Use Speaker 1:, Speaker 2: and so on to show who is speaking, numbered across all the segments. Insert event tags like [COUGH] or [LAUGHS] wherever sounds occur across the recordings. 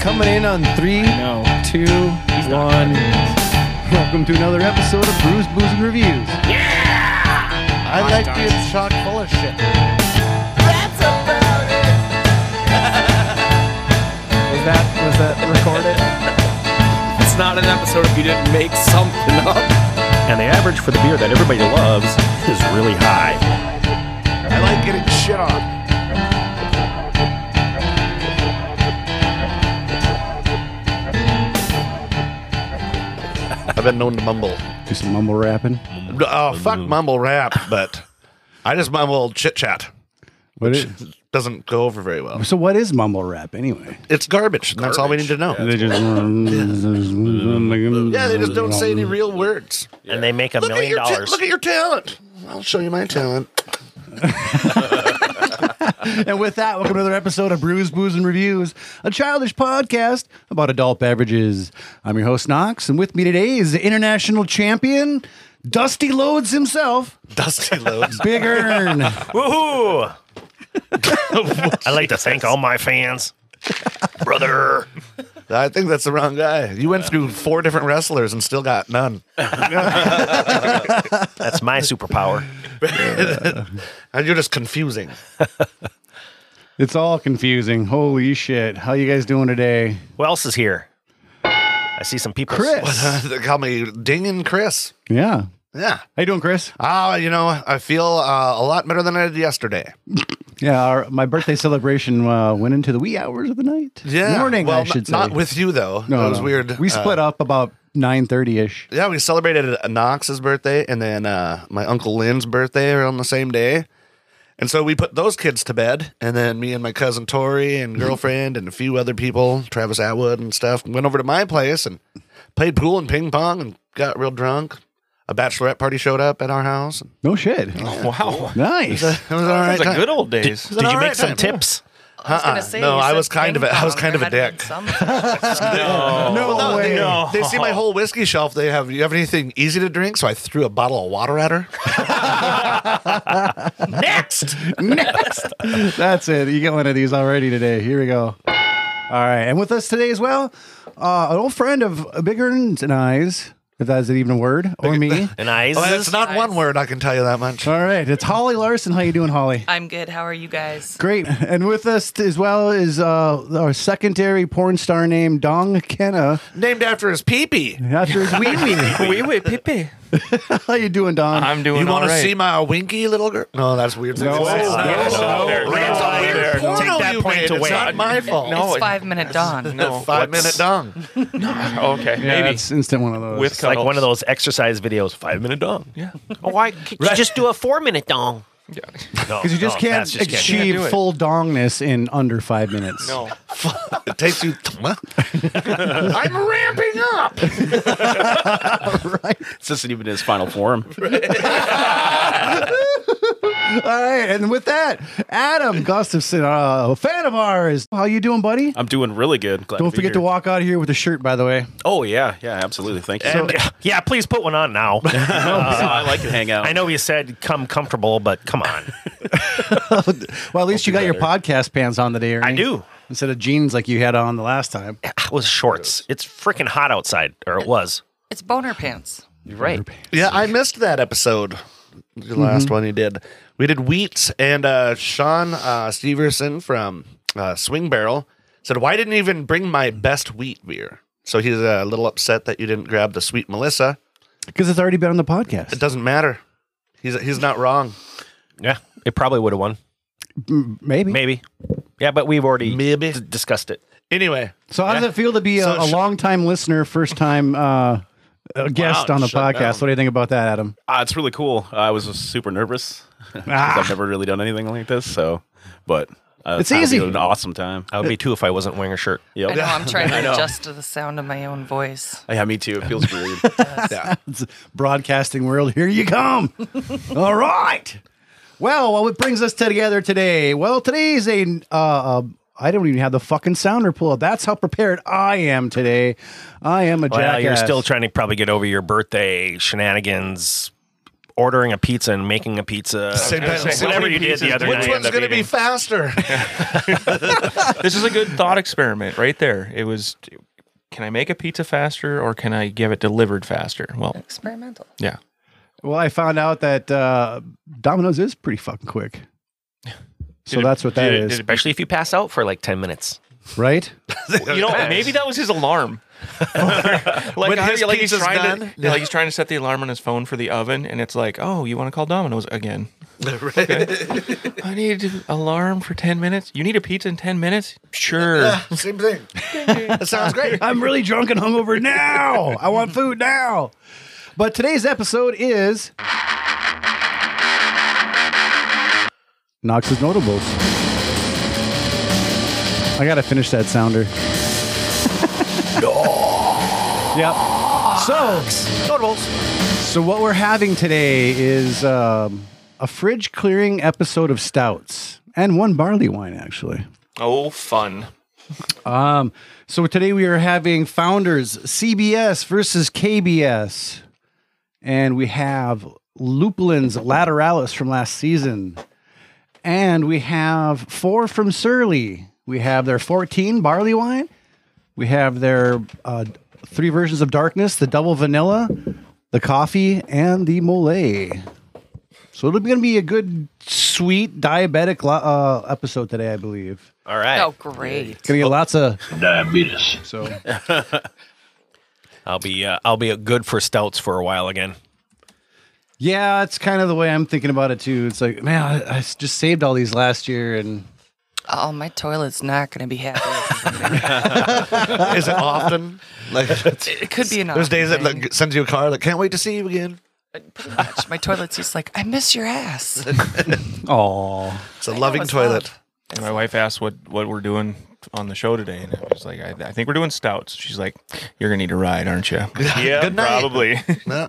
Speaker 1: Coming in on three,
Speaker 2: No.
Speaker 1: two,
Speaker 2: not
Speaker 1: one. Welcome to another episode of Brews, Booze, and Reviews. Yeah! I like
Speaker 2: dogs.
Speaker 1: being chock full of shit.
Speaker 3: Was that was that recorded?
Speaker 2: It's not an episode if you didn't make something up.
Speaker 4: and the average for the beer that everybody loves is really high.
Speaker 3: I like getting shit on.
Speaker 5: I've been known to mumble.
Speaker 1: Do some mumble rapping.
Speaker 5: Oh, fuck mumble rap, but I just mumble chit chat.
Speaker 1: What is,
Speaker 5: Doesn't go over very well.
Speaker 1: so, what is mumble rap anyway?
Speaker 5: It's garbage, and that's all we need to know.
Speaker 1: They just.
Speaker 5: Yeah,
Speaker 1: yeah,
Speaker 5: they just don't say any real words.
Speaker 4: And they make a
Speaker 5: Look at,
Speaker 4: million
Speaker 5: your ta-
Speaker 4: dollars.
Speaker 5: look at your talent. I'll show you my talent.
Speaker 1: And with that, welcome to another episode of Brews, Booze, and Reviews, a childish podcast about adult beverages. I'm your host, Knox, and with me today is the international champion, Dusty Loads himself,
Speaker 5: Dusty loads.
Speaker 1: Big Earn.
Speaker 4: Woohoo! I'd like to thank all my fans. Brother.
Speaker 5: [LAUGHS] I think that's the wrong guy. You went through four different wrestlers and still got [LAUGHS] none.
Speaker 4: That's my superpower.
Speaker 5: And you're just confusing.
Speaker 1: It's all confusing. Holy shit. How you guys doing today?
Speaker 4: Who else is here? I see some people.
Speaker 1: Chris.
Speaker 5: [LAUGHS] they call me Ding and Chris.
Speaker 1: Yeah.
Speaker 5: Yeah.
Speaker 1: How you doing, Chris?
Speaker 5: Ah, you know, I feel uh, a lot better than I did yesterday.
Speaker 1: Yeah, our, my birthday celebration uh, went into the wee hours of the night.
Speaker 5: Yeah.
Speaker 1: morning.
Speaker 5: Well,
Speaker 1: I should say.
Speaker 5: not with you though.
Speaker 1: No,
Speaker 5: that was
Speaker 1: no.
Speaker 5: weird.
Speaker 1: We
Speaker 5: Uh,
Speaker 1: split up about nine thirty ish.
Speaker 5: yeah, we celebrated uh, Knox's birthday and then uh, my uncle Lynn's birthday are on the same day. And so we put those kids to bed, and then me and my cousin Tori and girlfriend and a few other people, Travis Atwood and stuff, went over to my place and played pool and ping pong and got real drunk. A bachelorette party showed up at our house. [LAUGHS] It
Speaker 1: No shit.
Speaker 5: Oh,
Speaker 1: Oh,
Speaker 2: Wow.
Speaker 1: [LAUGHS] Nice.
Speaker 5: was all
Speaker 2: Oh, That was
Speaker 5: right.
Speaker 2: a
Speaker 5: time.
Speaker 2: good old days.
Speaker 4: Did you
Speaker 5: all
Speaker 4: make
Speaker 5: right
Speaker 4: some
Speaker 5: time?
Speaker 4: tips?
Speaker 6: I was
Speaker 5: Uh-uh.
Speaker 6: gonna say,
Speaker 5: No,
Speaker 6: you
Speaker 5: I
Speaker 6: said
Speaker 5: was kind of a- I was
Speaker 6: ping-pong.
Speaker 5: kind of a
Speaker 6: There had
Speaker 5: dick.
Speaker 6: to be something.
Speaker 5: [LAUGHS]
Speaker 1: Oh, no
Speaker 5: [LAUGHS] No,
Speaker 1: way.
Speaker 5: they, they see my whole whiskey shelf. They have, you have anything easy to drink? So I threw a bottle of water at her.
Speaker 4: Next!
Speaker 1: Next. That's it. You get one of these already today. Here we go. All right. And with us today as well, uh, an old friend of Big Earns and I's, if that's even a word, or
Speaker 5: [LAUGHS]
Speaker 1: me.
Speaker 4: And I.
Speaker 5: Well, it's Oh, not one word, I can tell you that much.
Speaker 1: All right. It's Holly Larson. How you doing, Holly?
Speaker 6: I'm good. How are you guys?
Speaker 1: Great. And with us t- as well is uh, our secondary porn star named Dong Kenna
Speaker 5: Named after his pee-pee.
Speaker 1: after his wee
Speaker 2: Wee
Speaker 1: wee. [LAUGHS]
Speaker 2: wee pee pee.
Speaker 1: How you doing, Dong?
Speaker 2: I'm doing
Speaker 5: You
Speaker 2: all
Speaker 5: want to
Speaker 2: right.
Speaker 5: see my winky little girl? No, that's weird.
Speaker 1: No.
Speaker 5: It's not-
Speaker 4: No.
Speaker 5: it's not-
Speaker 4: No. No.
Speaker 5: it's not
Speaker 4: No.
Speaker 5: weird
Speaker 4: Take
Speaker 5: porno
Speaker 4: that
Speaker 5: you
Speaker 4: point
Speaker 5: made. It's
Speaker 4: away.
Speaker 5: not my fault.
Speaker 2: No.
Speaker 6: It's
Speaker 2: it-
Speaker 6: five minute dawn.
Speaker 2: No.
Speaker 5: Five minute
Speaker 2: What's-
Speaker 5: dong.
Speaker 2: Okay,
Speaker 1: yeah,
Speaker 2: maybe.
Speaker 1: it's instant one of those.
Speaker 2: With
Speaker 4: It's like
Speaker 2: cuddles.
Speaker 4: one of those exercise videos, five minute dong.
Speaker 2: Yeah.
Speaker 7: Oh, I could you just do a four minute dong.
Speaker 1: because you
Speaker 4: Oh,
Speaker 1: just can't achieve
Speaker 2: You can't do it.
Speaker 1: full dongness in under five minutes. [LAUGHS]
Speaker 2: No.
Speaker 5: It takes you. [LAUGHS] what? I'm ramping up.
Speaker 8: This isn't even his final form.
Speaker 1: All right, and with that, Adam Gustafson, uh, a fan of ours. How you doing, buddy?
Speaker 8: I'm doing really good. Glad
Speaker 1: Don't
Speaker 8: be
Speaker 1: forget to
Speaker 8: here.
Speaker 1: walk out of here with a shirt, by the way.
Speaker 8: Oh yeah, yeah, absolutely. Thank you.
Speaker 4: Yeah, uh, yeah, please put one on [LAUGHS] now.
Speaker 8: Uh, I like to hang out.
Speaker 4: I know you said come comfortable, but come on.
Speaker 1: Well, at least you got your podcast pants on today. Ernie.
Speaker 4: I do.
Speaker 1: Instead of jeans like you had on the last time.
Speaker 4: It was shorts. It's freaking hot outside, or it was.
Speaker 6: It's boner pants.
Speaker 4: You're right.
Speaker 5: Yeah, I missed that episode. The last one he did. We did Wheats and uh, Sean uh, Steverson from uh, Swing Barrel said, Why didn't you even bring my best wheat beer? So he's a little upset that you didn't grab the sweet Melissa.
Speaker 1: Because it's already been on the podcast.
Speaker 5: It doesn't matter. He's he's not wrong.
Speaker 4: Yeah, it probably would have won.
Speaker 1: Maybe.
Speaker 4: Maybe. Yeah, but we've already
Speaker 5: Maybe.
Speaker 4: d- discussed it.
Speaker 5: Anyway,
Speaker 1: So, how does it feel to be a,
Speaker 5: So
Speaker 1: a
Speaker 5: sh-
Speaker 1: long time listener, first time uh, a guest on the
Speaker 8: shut
Speaker 1: podcast?
Speaker 8: down.
Speaker 1: What do you think about that, Adam?
Speaker 8: Uh, it's really cool. I was just super nervous [LAUGHS] 'Cause I've
Speaker 1: Ah,
Speaker 8: never really done anything like this. So, but uh,
Speaker 1: It's
Speaker 8: I hope
Speaker 1: easy.
Speaker 8: you had An awesome time. Uh,
Speaker 4: I would be too if I wasn't wearing a shirt.
Speaker 6: I know
Speaker 8: Yep.
Speaker 5: [LAUGHS]
Speaker 6: I'm trying to adjust to the sound of my own voice.
Speaker 8: Yeah, me too. It feels
Speaker 4: [LAUGHS]
Speaker 8: weird.
Speaker 1: It's broadcasting world, here you come. All right. Well, well, what brings us together today? Well, today's a. Uh, uh, I don't even have the fucking sounder pulled. That's how prepared I am today. I am a
Speaker 4: Well,
Speaker 1: jackass.
Speaker 4: you're still trying to probably get over your birthday shenanigans ordering a pizza and making a pizza.
Speaker 5: Same time, same
Speaker 4: whatever
Speaker 5: many
Speaker 4: you did the
Speaker 5: pieces.
Speaker 4: other
Speaker 5: Which
Speaker 4: night.
Speaker 5: one's
Speaker 4: end up
Speaker 5: going to be
Speaker 4: eating. [LAUGHS]
Speaker 5: faster?
Speaker 9: this is a good thought experiment right there. It was can I make a pizza faster or can I get it delivered faster? Well,
Speaker 6: Experimental.
Speaker 9: yeah.
Speaker 1: Well, I found out that uh, Domino's is pretty fucking quick. So
Speaker 9: Did it-
Speaker 1: that's what that
Speaker 9: did
Speaker 1: is,
Speaker 9: it- did
Speaker 4: Especially if you pass out for like 10 minutes.
Speaker 1: right?
Speaker 9: it- you know, maybe that was his alarm.
Speaker 5: [LAUGHS]
Speaker 9: like, I-
Speaker 5: his
Speaker 9: like he's
Speaker 5: pizza's
Speaker 9: trying
Speaker 5: done?
Speaker 9: to yeah, like he's trying to set the alarm on his phone for the oven and it's like, "Oh, you want to call Domino's
Speaker 5: [LAUGHS]
Speaker 9: again?" Okay. I need an alarm for 10 minutes. You need a pizza in 10 minutes? Sure.
Speaker 5: Same thing. that sounds
Speaker 4: [LAUGHS]
Speaker 5: great.
Speaker 1: I'm really drunk and hungover now. I want food now. But today's episode is Knox's Notables. I gotta finish that sounder. yep. So Notables. So what we're having today is um, a fridge clearing episode of stouts and one barley wine actually.
Speaker 9: Oh, fun.
Speaker 1: Um, so today we are having founders CBS versus KBS, and we have Lupulin's Lateralis from last season, and we have four from Surly. We have their 14 barley wine, we have their uh, three versions of darkness, the double vanilla, the coffee, and the mole. So it'll be going to be a good, sweet diabetic lo- uh, episode today, I believe.
Speaker 4: All right.
Speaker 6: Oh, great.
Speaker 1: Gonna get lots of diabetes. So
Speaker 4: I'll be uh, I'll be good for stouts for a while again.
Speaker 1: yeah, it's kind of the way I'm thinking about it too. It's like, man, I, I just saved all these last year, and
Speaker 6: Oh, my toilet's not going to be happy.
Speaker 5: [LAUGHS] Is it often? Like
Speaker 6: it could be an
Speaker 5: there's days that
Speaker 6: awesome thing.
Speaker 5: like, sends you a card like can't wait to see you again.
Speaker 6: Pretty much. My toilet's just like, I miss
Speaker 5: [LAUGHS]
Speaker 6: your ass.
Speaker 1: oh,
Speaker 5: It's a
Speaker 6: I know
Speaker 5: loving
Speaker 6: it's
Speaker 5: toilet.
Speaker 6: not.
Speaker 9: And my wife asked what what we're doing on the show today, and I was like, I, I think we're doing stouts. She's like, You're gonna need a ride,
Speaker 5: [LAUGHS]
Speaker 9: aren't you? yeah,
Speaker 5: Good
Speaker 4: [LAUGHS]
Speaker 5: night.
Speaker 9: probably.
Speaker 5: No,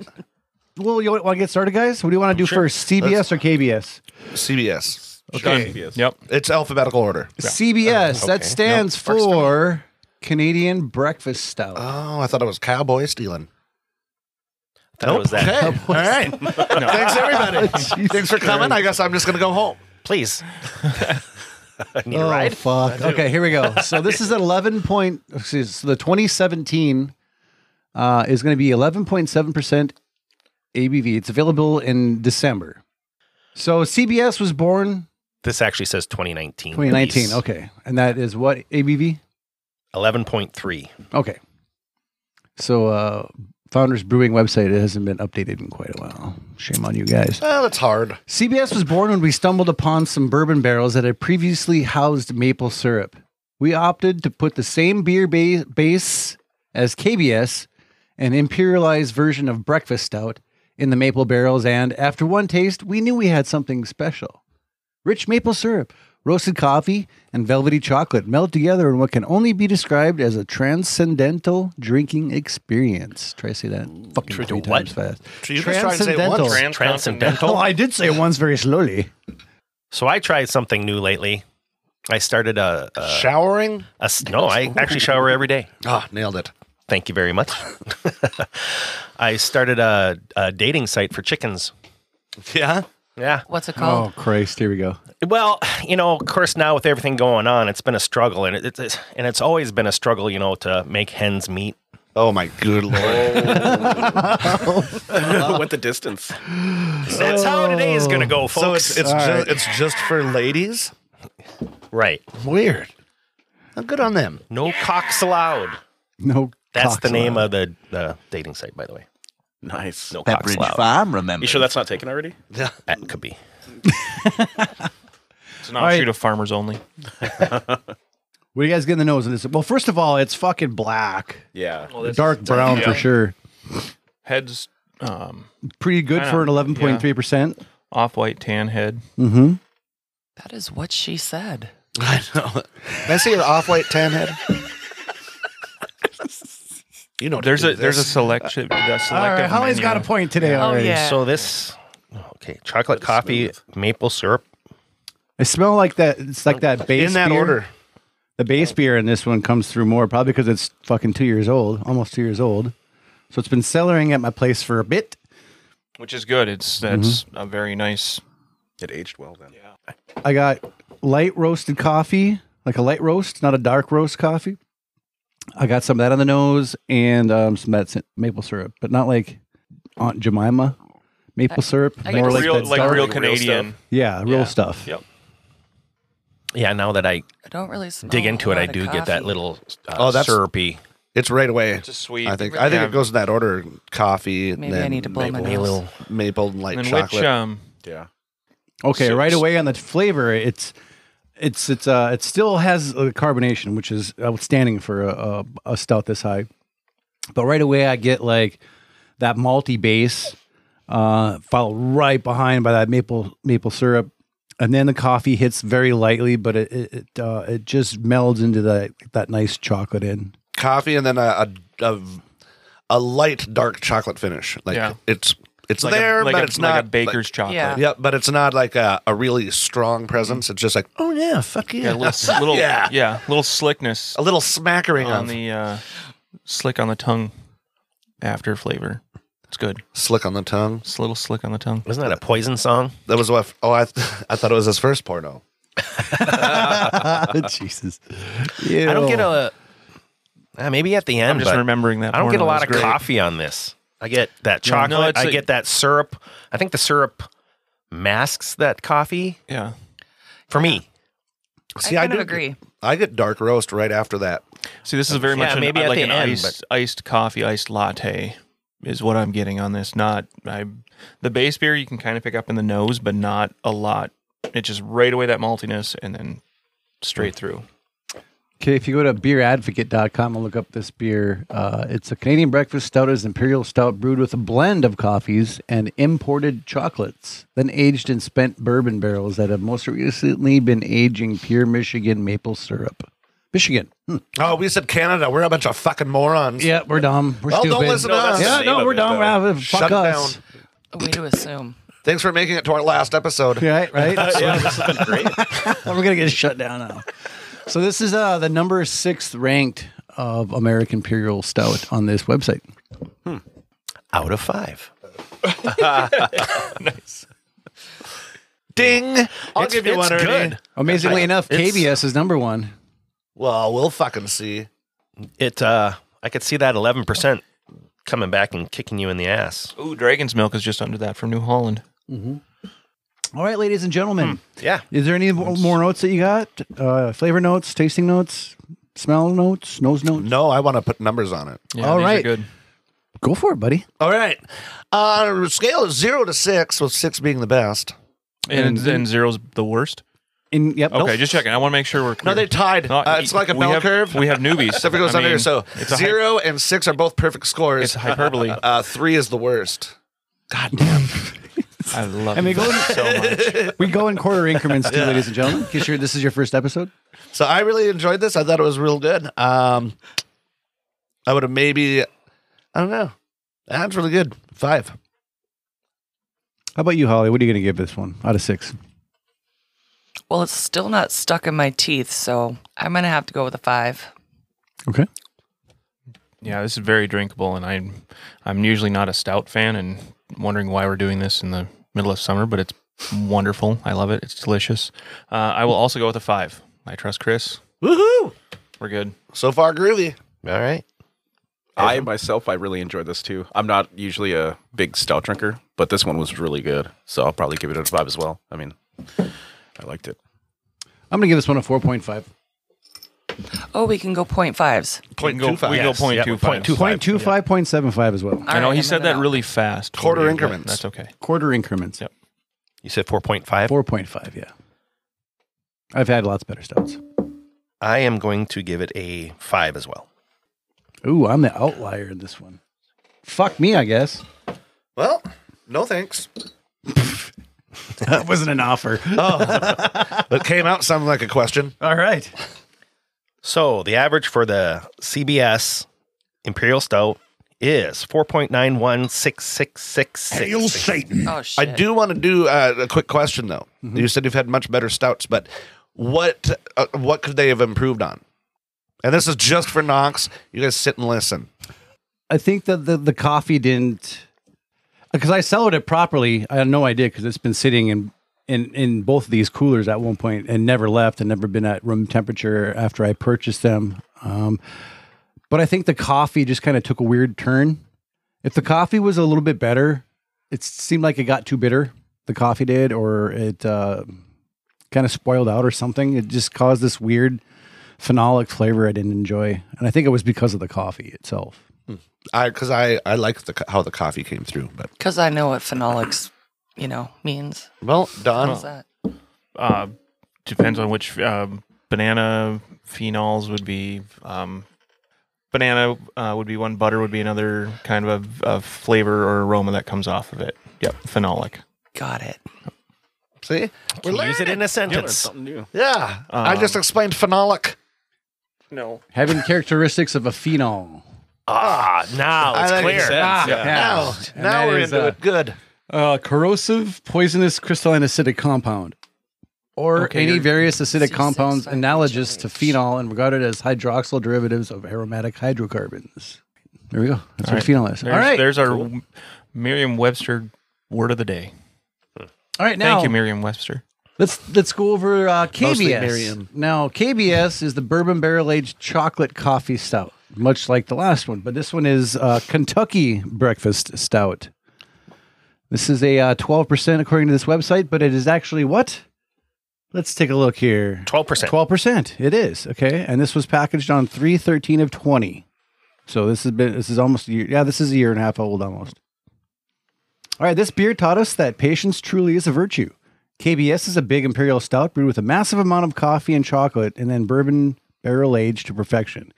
Speaker 1: well, you want to get started, guys? What do you want to do first, CBS or KBS?
Speaker 5: CBS.
Speaker 9: okay. Yep.
Speaker 5: It's alphabetical order.
Speaker 1: CBS that stands for Canadian Breakfast Stout. [LAUGHS]
Speaker 5: Oh, I thought it was cowboy stealing.
Speaker 4: That was that.
Speaker 5: Okay. [LAUGHS] All right. Thanks [LAUGHS] everybody. Thanks for coming. I guess I'm just gonna go home.
Speaker 4: Please. [LAUGHS] Need
Speaker 1: Oh
Speaker 4: a ride?
Speaker 1: fuck! Okay, here we go. So this is at eleven point. excuse- So the twenty seventeen uh, is going to be eleven point seven percent ABV. It's available in December. So CBS was born
Speaker 4: This actually says 2019.
Speaker 1: twenty nineteen.
Speaker 4: release.
Speaker 1: Okay, and that is what ABV.
Speaker 4: 11.3.
Speaker 1: Okay. So uh, Founders Brewing website it hasn't been updated in quite a while. Shame on you guys.
Speaker 5: Well, it's hard.
Speaker 1: CBS was born when we stumbled upon some bourbon barrels that had previously housed maple syrup. We opted to put the same beer ba- base as KBS, an imperialized version of breakfast stout, in the maple barrels, and after one taste, we knew we had something special. Rich maple syrup, roasted coffee, and velvety chocolate melt together in what can only be described as a transcendental drinking experience. Try to say that fucking three
Speaker 4: what?
Speaker 1: times fast.
Speaker 5: You just try and say it once.
Speaker 4: Transcendental.
Speaker 1: Oh, I did say it once very slowly.
Speaker 4: So I tried something new lately. I started a, a,
Speaker 5: Uh, Showering?
Speaker 4: a s- no. I actually shower every day.
Speaker 5: Ah, nailed it.
Speaker 4: Thank you very much. [LAUGHS] I started a, a dating site for chickens.
Speaker 5: Yeah.
Speaker 4: Yeah.
Speaker 6: What's it called?
Speaker 1: Oh,
Speaker 5: Oh.
Speaker 4: Oh.
Speaker 1: Christ! Here we go.
Speaker 4: Well, you know, of course, now with everything going on, it's been a struggle, and it, it's- it's and it's always been a struggle, you know, to make hens meet.
Speaker 5: Oh my good lord.
Speaker 8: Went the distance.
Speaker 4: That's how today is going to go,
Speaker 5: so
Speaker 4: folks.
Speaker 5: it's it's just, it's just for ladies.
Speaker 4: right.
Speaker 5: Weird. Well, good on them.
Speaker 4: No cocks allowed.
Speaker 1: No.
Speaker 4: That's
Speaker 1: cocks
Speaker 4: the name
Speaker 1: allowed.
Speaker 4: of the, the dating site, by the way.
Speaker 8: Nice.
Speaker 4: No cocks
Speaker 10: Pepperidge
Speaker 4: allowed.
Speaker 10: Farm, remember?
Speaker 8: You sure that's not taken already?
Speaker 4: That could be.
Speaker 9: It's an offshoot
Speaker 1: right.
Speaker 9: of farmers only.
Speaker 1: What do you guys get in the nose of this? Well, first of all, it's fucking black,
Speaker 8: Yeah.
Speaker 1: dark brown for sure.
Speaker 9: Heads um
Speaker 1: Pretty good
Speaker 9: Kinda,
Speaker 1: for an eleven point three percent.
Speaker 9: off white tan head.
Speaker 1: Mm-hmm.
Speaker 6: That is what she said.
Speaker 5: I know. Can I see an off-white tan [LAUGHS] head? you know,
Speaker 9: There's a there's a selection a selective
Speaker 1: All right, Holly's
Speaker 9: menu.
Speaker 1: got a point today
Speaker 6: Oh,
Speaker 1: already.
Speaker 6: yeah.
Speaker 4: So this, okay, chocolate coffee, maple syrup.
Speaker 1: I smell like that. It's like that base
Speaker 5: in that
Speaker 1: beer.
Speaker 5: order.
Speaker 1: The base
Speaker 4: Oh.
Speaker 1: beer in this one comes through more, probably because it's fucking two years old, almost two years old. So it's been cellaring at my place for a bit,
Speaker 9: which is good. It's that's a very nice.
Speaker 8: It aged well then.
Speaker 1: I got light roasted coffee, like a light roast, not a dark roast coffee. I got some of that on the nose and um, some of that maple syrup, but not like Aunt Jemima maple syrup.
Speaker 6: I
Speaker 1: more
Speaker 6: get
Speaker 1: like,
Speaker 6: real-
Speaker 1: that
Speaker 6: like
Speaker 1: dark-
Speaker 6: real
Speaker 9: Canadian.
Speaker 1: yeah, real stuff.
Speaker 9: Yep.
Speaker 4: Yeah, now that I
Speaker 6: I don't really smell
Speaker 4: dig
Speaker 6: Oh, a
Speaker 4: into it,
Speaker 6: lot
Speaker 4: I
Speaker 6: of
Speaker 4: do get that
Speaker 6: coffee.
Speaker 4: little uh,
Speaker 5: Oh, that's-
Speaker 4: syrupy.
Speaker 5: It's right away.
Speaker 9: It's a sweet.
Speaker 5: I think I think
Speaker 9: Yeah.
Speaker 5: it goes in that order: coffee.
Speaker 6: Maybe
Speaker 5: then
Speaker 6: I need to blow my
Speaker 5: maple,
Speaker 6: nose.
Speaker 5: maple and light
Speaker 9: And
Speaker 5: chocolate.
Speaker 9: which um,
Speaker 8: Yeah.
Speaker 1: Okay,
Speaker 9: So-
Speaker 1: right away on the flavor, it's it's it's uh it still has a carbonation, which is outstanding for a, a, a stout this high. But right away, I get like that malty base, uh, followed right behind by that maple maple syrup, and then the coffee hits very lightly, but it it it, uh, it just melds into that that nice chocolate
Speaker 4: [LAUGHS]
Speaker 1: in.
Speaker 5: coffee and then a a, a, a light dark chocolate finish. Like
Speaker 9: Yeah.
Speaker 5: it's it's
Speaker 9: like
Speaker 5: there,
Speaker 9: a, like
Speaker 5: but
Speaker 9: a,
Speaker 5: it's
Speaker 9: like
Speaker 5: not
Speaker 9: a baker's chocolate.
Speaker 6: Yeah.
Speaker 5: Like, yeah, but it's not like a, a really strong presence. It's just like oh yeah, fuck yeah,
Speaker 9: Yeah, a little, little
Speaker 5: yeah.
Speaker 9: yeah. little slickness
Speaker 5: a little smackering
Speaker 9: on
Speaker 5: on
Speaker 9: the uh, slick on the tongue after flavor. It's good.
Speaker 5: slick on the tongue.
Speaker 9: It's a little slick on the tongue.
Speaker 4: Wasn't that a poison song?
Speaker 5: That was what. Oh, I [LAUGHS] th- I thought it was his first porno.
Speaker 1: [LAUGHS] Jesus,
Speaker 4: Oh, I don't get a. Uh, maybe at the end.
Speaker 9: I'm just
Speaker 4: but
Speaker 9: remembering that.
Speaker 4: I don't get a
Speaker 9: porno.
Speaker 4: lot
Speaker 9: It
Speaker 4: of
Speaker 9: was great.
Speaker 4: coffee on this. I get that
Speaker 9: Yeah. No,
Speaker 4: chocolate.
Speaker 9: it's
Speaker 4: I
Speaker 9: like-
Speaker 4: get that syrup. I think the syrup masks that coffee
Speaker 9: Yeah,
Speaker 4: for me.
Speaker 5: See,
Speaker 6: I
Speaker 5: I,
Speaker 6: kind
Speaker 5: do
Speaker 6: of agree.
Speaker 5: I get dark roast right after that.
Speaker 9: See, this is very much
Speaker 4: Yeah,
Speaker 9: an, uh,
Speaker 4: maybe at
Speaker 9: like
Speaker 4: the
Speaker 9: an
Speaker 4: end,
Speaker 9: iced, iced coffee, iced latte is what I'm getting on this. Not I, the base beer you can kind of pick up in the nose, but not a lot. It's just right away that maltiness and then straight through.
Speaker 1: Okay, if you go to beeradvocate.com and look up this beer, uh, it's a Canadian breakfast stout. It is an imperial stout brewed with a blend of coffees and imported chocolates, then aged in spent bourbon barrels that have most recently been aging pure Michigan maple syrup. Michigan. Hmm.
Speaker 5: Oh, we said Canada. We're a bunch of fucking morons.
Speaker 1: Yeah, we're dumb. We're
Speaker 5: Well, don't
Speaker 1: stupid.
Speaker 5: listen to No, that's us. the
Speaker 1: Yeah,
Speaker 8: name
Speaker 1: no,
Speaker 8: of
Speaker 1: we're
Speaker 8: it,
Speaker 1: dumb.
Speaker 8: though.
Speaker 1: Ah, Fuck
Speaker 5: Shut
Speaker 1: us.
Speaker 5: down.
Speaker 6: A way to assume.
Speaker 5: Thanks for making it to our last episode.
Speaker 1: Right, right.
Speaker 8: [LAUGHS] yeah, this has been great.
Speaker 1: Well, [LAUGHS] we're gonna get shut down now. So this is uh, the number sixth ranked of American Imperial Stout on this website.
Speaker 4: Out of
Speaker 5: [LAUGHS]
Speaker 4: five.
Speaker 5: Ding. I'll
Speaker 4: It's-
Speaker 5: give you
Speaker 4: it's
Speaker 5: one. Ernie.
Speaker 4: good.
Speaker 1: Amazingly enough,
Speaker 4: It's-
Speaker 1: KBS is number one.
Speaker 5: Well, we'll fucking see.
Speaker 4: It. Uh, I could see that eleven percent coming back and kicking you in the ass.
Speaker 9: Ooh, Dragon's Milk is just under that from New Holland.
Speaker 1: All right, ladies and gentlemen.
Speaker 4: Yeah.
Speaker 1: Is there any mo- more notes that you got? Uh, flavor notes, tasting notes, smell notes, nose notes?
Speaker 5: No, I want to put numbers on it.
Speaker 9: Yeah,
Speaker 1: All
Speaker 9: these are
Speaker 1: right.
Speaker 9: good.
Speaker 1: Go for it, buddy.
Speaker 5: All right. Uh, scale is zero to six, with six being the best.
Speaker 9: And, and zero's the worst.
Speaker 1: In yep.
Speaker 9: Okay, just checking. I want to make sure we're
Speaker 5: No,
Speaker 9: clear.
Speaker 5: they tied.
Speaker 9: No,
Speaker 5: Uh, it's like a
Speaker 9: we
Speaker 5: bell
Speaker 9: have-
Speaker 5: curve.
Speaker 9: We have
Speaker 5: [LAUGHS]
Speaker 9: newbies.
Speaker 5: Except it goes
Speaker 9: I
Speaker 5: under.
Speaker 9: mean,
Speaker 5: So
Speaker 9: it's a hy-
Speaker 5: zero and six are both perfect scores.
Speaker 9: it's hyperbole.
Speaker 5: [LAUGHS] uh, three is the worst.
Speaker 9: I love
Speaker 1: I mean,
Speaker 9: it
Speaker 1: go
Speaker 9: so much.
Speaker 1: [LAUGHS] we go in quarter increments too, ladies and gentlemen. Because sure this is your first episode.
Speaker 5: So I really enjoyed this. I thought it was real good. Um, I would have maybe, I don't know. That's really good. Five.
Speaker 1: How about you, Holly? What are you going to give this one out of six?
Speaker 6: Well, it's still not stuck in my teeth, so I'm gonna have to go with a five.
Speaker 1: Okay.
Speaker 9: Yeah, this is very drinkable, and I'm I'm usually not a stout fan, and wondering why we're doing this in the middle of summer, but it's wonderful. I love it. It's delicious. Uh, I will also go with a five. I trust Chris.
Speaker 5: Woohoo!
Speaker 9: We're good.
Speaker 5: So far, groovy.
Speaker 4: All right.
Speaker 8: I myself, I really enjoyed this too. I'm not usually a big stout drinker, but this one was really good. So I'll probably give it a five as well. I mean, I liked it.
Speaker 1: I'm going to give this one a 4.5.
Speaker 6: Oh, we can go point fives.
Speaker 5: Point
Speaker 9: go-
Speaker 5: two five.
Speaker 9: we go point
Speaker 4: yeah,
Speaker 9: two
Speaker 4: point
Speaker 9: five.
Speaker 4: two five.
Speaker 1: 0.25, 0.75 as well.
Speaker 6: All
Speaker 9: I know
Speaker 6: right,
Speaker 9: he
Speaker 6: I'm
Speaker 9: said
Speaker 6: moving
Speaker 9: that
Speaker 6: on.
Speaker 9: really fast.
Speaker 5: Quarter
Speaker 9: But
Speaker 5: increments.
Speaker 9: That's okay.
Speaker 1: Quarter increments.
Speaker 9: Yep.
Speaker 4: You said four point five.
Speaker 1: 4.5, yeah. I've had lots better stouts.
Speaker 4: I am going to give it a five as well.
Speaker 1: Ooh, I'm the outlier in this one. Fuck me, I guess.
Speaker 5: Well, no [LAUGHS] thanks.
Speaker 1: That wasn't an offer.
Speaker 5: It came out sounding like a question.
Speaker 1: All right.
Speaker 4: So the average for the CBS Imperial Stout is four point nine one six six six six.
Speaker 5: Satan.
Speaker 6: Oh
Speaker 5: I
Speaker 6: shit!
Speaker 5: do want to do uh, a quick question though.
Speaker 4: Mm-hmm.
Speaker 5: You said you've had much better stouts, but what uh, what could they have improved on? And this is just for Knox. You guys sit and listen.
Speaker 1: I think that the, the coffee didn't. because I cellared it properly. I know I did because it's been sitting in in in both of these coolers at one point and never left and never been at room temperature after I purchased them. Um, but I think the coffee just kind of took a weird turn. If the coffee was a little bit better, it seemed like it got too bitter. The coffee did, or it uh, kind of spoiled out or something. It just caused this weird phenolic flavor I didn't enjoy, and I think it was because of the coffee itself.
Speaker 5: I because I I like the co- how the coffee came through, but
Speaker 6: Because I know what phenolics, you know, means.
Speaker 5: well, Don,
Speaker 6: What's that?
Speaker 9: Uh, depends on which um, banana phenols would be. Um, banana uh, would be one. Butter would be another kind of a, a flavor or aroma that comes off of it. Yep, phenolic.
Speaker 6: Got it.
Speaker 5: see, we're
Speaker 4: Can use it in a sentence. Um,
Speaker 8: something new.
Speaker 5: Yeah, I just explained phenolic.
Speaker 9: No.
Speaker 1: Having characteristics of a phenol.
Speaker 4: Ah, now it's
Speaker 5: I like
Speaker 4: clear.
Speaker 5: that.
Speaker 4: Ah,
Speaker 1: Yeah.
Speaker 5: Now,
Speaker 1: And
Speaker 5: now
Speaker 1: that
Speaker 5: we're
Speaker 1: is,
Speaker 5: into
Speaker 1: uh,
Speaker 5: it. Good.
Speaker 1: Uh, corrosive, poisonous, crystalline acidic compound, or
Speaker 9: Okay,
Speaker 1: any
Speaker 9: you're-
Speaker 1: various acidic
Speaker 6: C6
Speaker 1: compounds
Speaker 6: by
Speaker 1: analogous
Speaker 6: HLH.
Speaker 1: to phenol and regarded as hydroxyl derivatives of aromatic hydrocarbons. There we go. That's what
Speaker 9: right.
Speaker 1: phenol is.
Speaker 9: There's,
Speaker 1: All right.
Speaker 9: There's our Merriam-Webster word of the day.
Speaker 1: All right. Now
Speaker 9: Thank you, Merriam-Webster.
Speaker 1: let's let's go over uh, KBS.
Speaker 5: Miriam.
Speaker 1: Now KBS is the bourbon barrel aged chocolate coffee stout, much like the last one, but this one is uh, Kentucky breakfast stout. This is a uh, twelve percent according to this website, but it is actually what? Let's take a look here.
Speaker 4: 12%.
Speaker 1: Twelve percent. It is okay, and this was packaged on three thirteen of twenty. So this has been this is almost a year. Yeah, this is a year and a half old almost. All right, this beer taught us that patience truly is a virtue. KBS is a big imperial stout brewed with a massive amount of coffee and chocolate, and then bourbon barrel aged to perfection.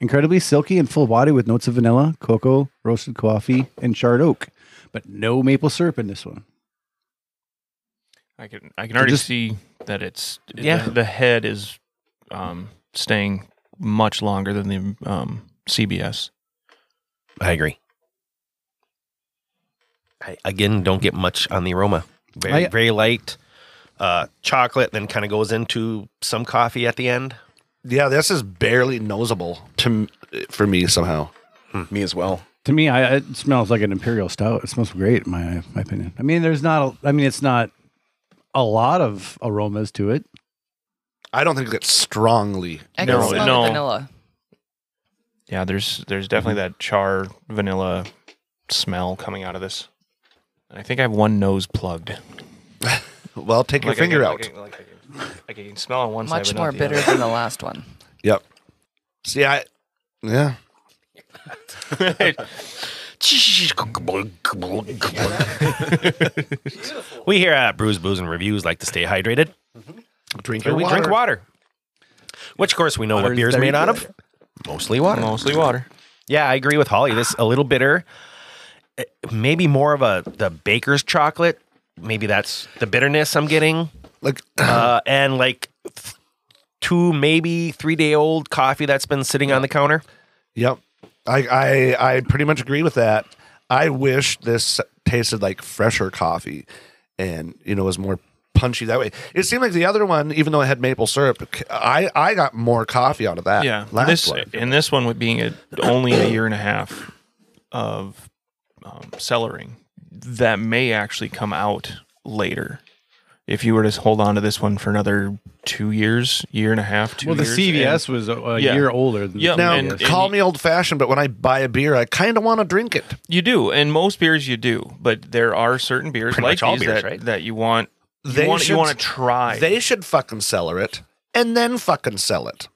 Speaker 1: Incredibly silky and full body with notes of vanilla, cocoa, roasted coffee, and charred oak, but no maple syrup in this one.
Speaker 9: I can I can already
Speaker 1: just-
Speaker 9: see that it's
Speaker 4: Yeah.
Speaker 9: the, the head is um, staying much longer than the um, CBS.
Speaker 4: I agree. I again don't get much on the aroma. Very
Speaker 1: I-
Speaker 4: very light uh, chocolate, then kind of goes into some coffee at the end.
Speaker 5: Yeah, this is barely noseable to m- for me somehow.
Speaker 8: Me as well.
Speaker 1: To me, I, it smells like an imperial stout. It smells great, in my my opinion. I mean, there's not. A, I mean, it's not a lot of aromas to it.
Speaker 5: I don't think it's strongly.
Speaker 6: I
Speaker 9: No,
Speaker 6: can smell
Speaker 9: no.
Speaker 6: the vanilla.
Speaker 9: Yeah, there's there's definitely that char vanilla smell coming out of this. I think I have one nose plugged.
Speaker 5: Well, take your
Speaker 9: Like I
Speaker 5: finger
Speaker 9: can-
Speaker 5: out.
Speaker 9: Like, I can- like, I can- like I can smell on one
Speaker 6: Much
Speaker 9: side, but
Speaker 6: more
Speaker 9: not the
Speaker 6: bitter than the last one.
Speaker 5: Yep. See, I yeah.
Speaker 4: We here at Brews, Booze, and Reviews like to stay hydrated.
Speaker 5: Drink
Speaker 4: So
Speaker 5: your
Speaker 4: we
Speaker 5: water.
Speaker 4: drink water. Which, of course, we know what
Speaker 1: Water's
Speaker 4: beer's
Speaker 1: very
Speaker 4: made out
Speaker 1: good.
Speaker 4: of. Mostly water.
Speaker 9: other. Mostly water.
Speaker 4: Yeah, I agree with Holly. This a little bitter. Eh, Maybe more of a the baker's chocolate. Maybe that's the bitterness I'm getting.
Speaker 5: Like [CLEARS THROAT]
Speaker 4: Uh, and like th- two, maybe three day old coffee that's been sitting on the counter.
Speaker 5: yep. I I I pretty much agree with that. I wish this tasted like fresher coffee, and you know was more punchy that way. It seemed like the other one, even though it had maple syrup, I I got more coffee out of that.
Speaker 9: Yeah,
Speaker 5: Uh, last
Speaker 9: this um,
Speaker 5: one.
Speaker 9: and this one with being a, only a year and a half of um, cellaring that may actually come out later. If you were to hold on to this one for another two years, year and a half, two.
Speaker 1: Well, the
Speaker 9: years,
Speaker 1: CVS
Speaker 9: and-
Speaker 1: was a, a
Speaker 9: Yeah.
Speaker 1: year older than
Speaker 9: Yeah,
Speaker 1: the
Speaker 5: Now,
Speaker 9: and-
Speaker 1: KBS.
Speaker 9: and
Speaker 5: call
Speaker 9: you-
Speaker 5: me old fashioned, but when I buy a beer, I kind of want to drink it.
Speaker 9: you do, and most beers you do, but there are certain beers
Speaker 4: Pretty
Speaker 9: like
Speaker 4: much all
Speaker 9: these
Speaker 4: beers,
Speaker 9: that,
Speaker 4: right?
Speaker 9: that you want. You
Speaker 5: They
Speaker 9: want
Speaker 5: should-
Speaker 9: you want to try.
Speaker 5: They should fucking cellar it and then fucking sell it.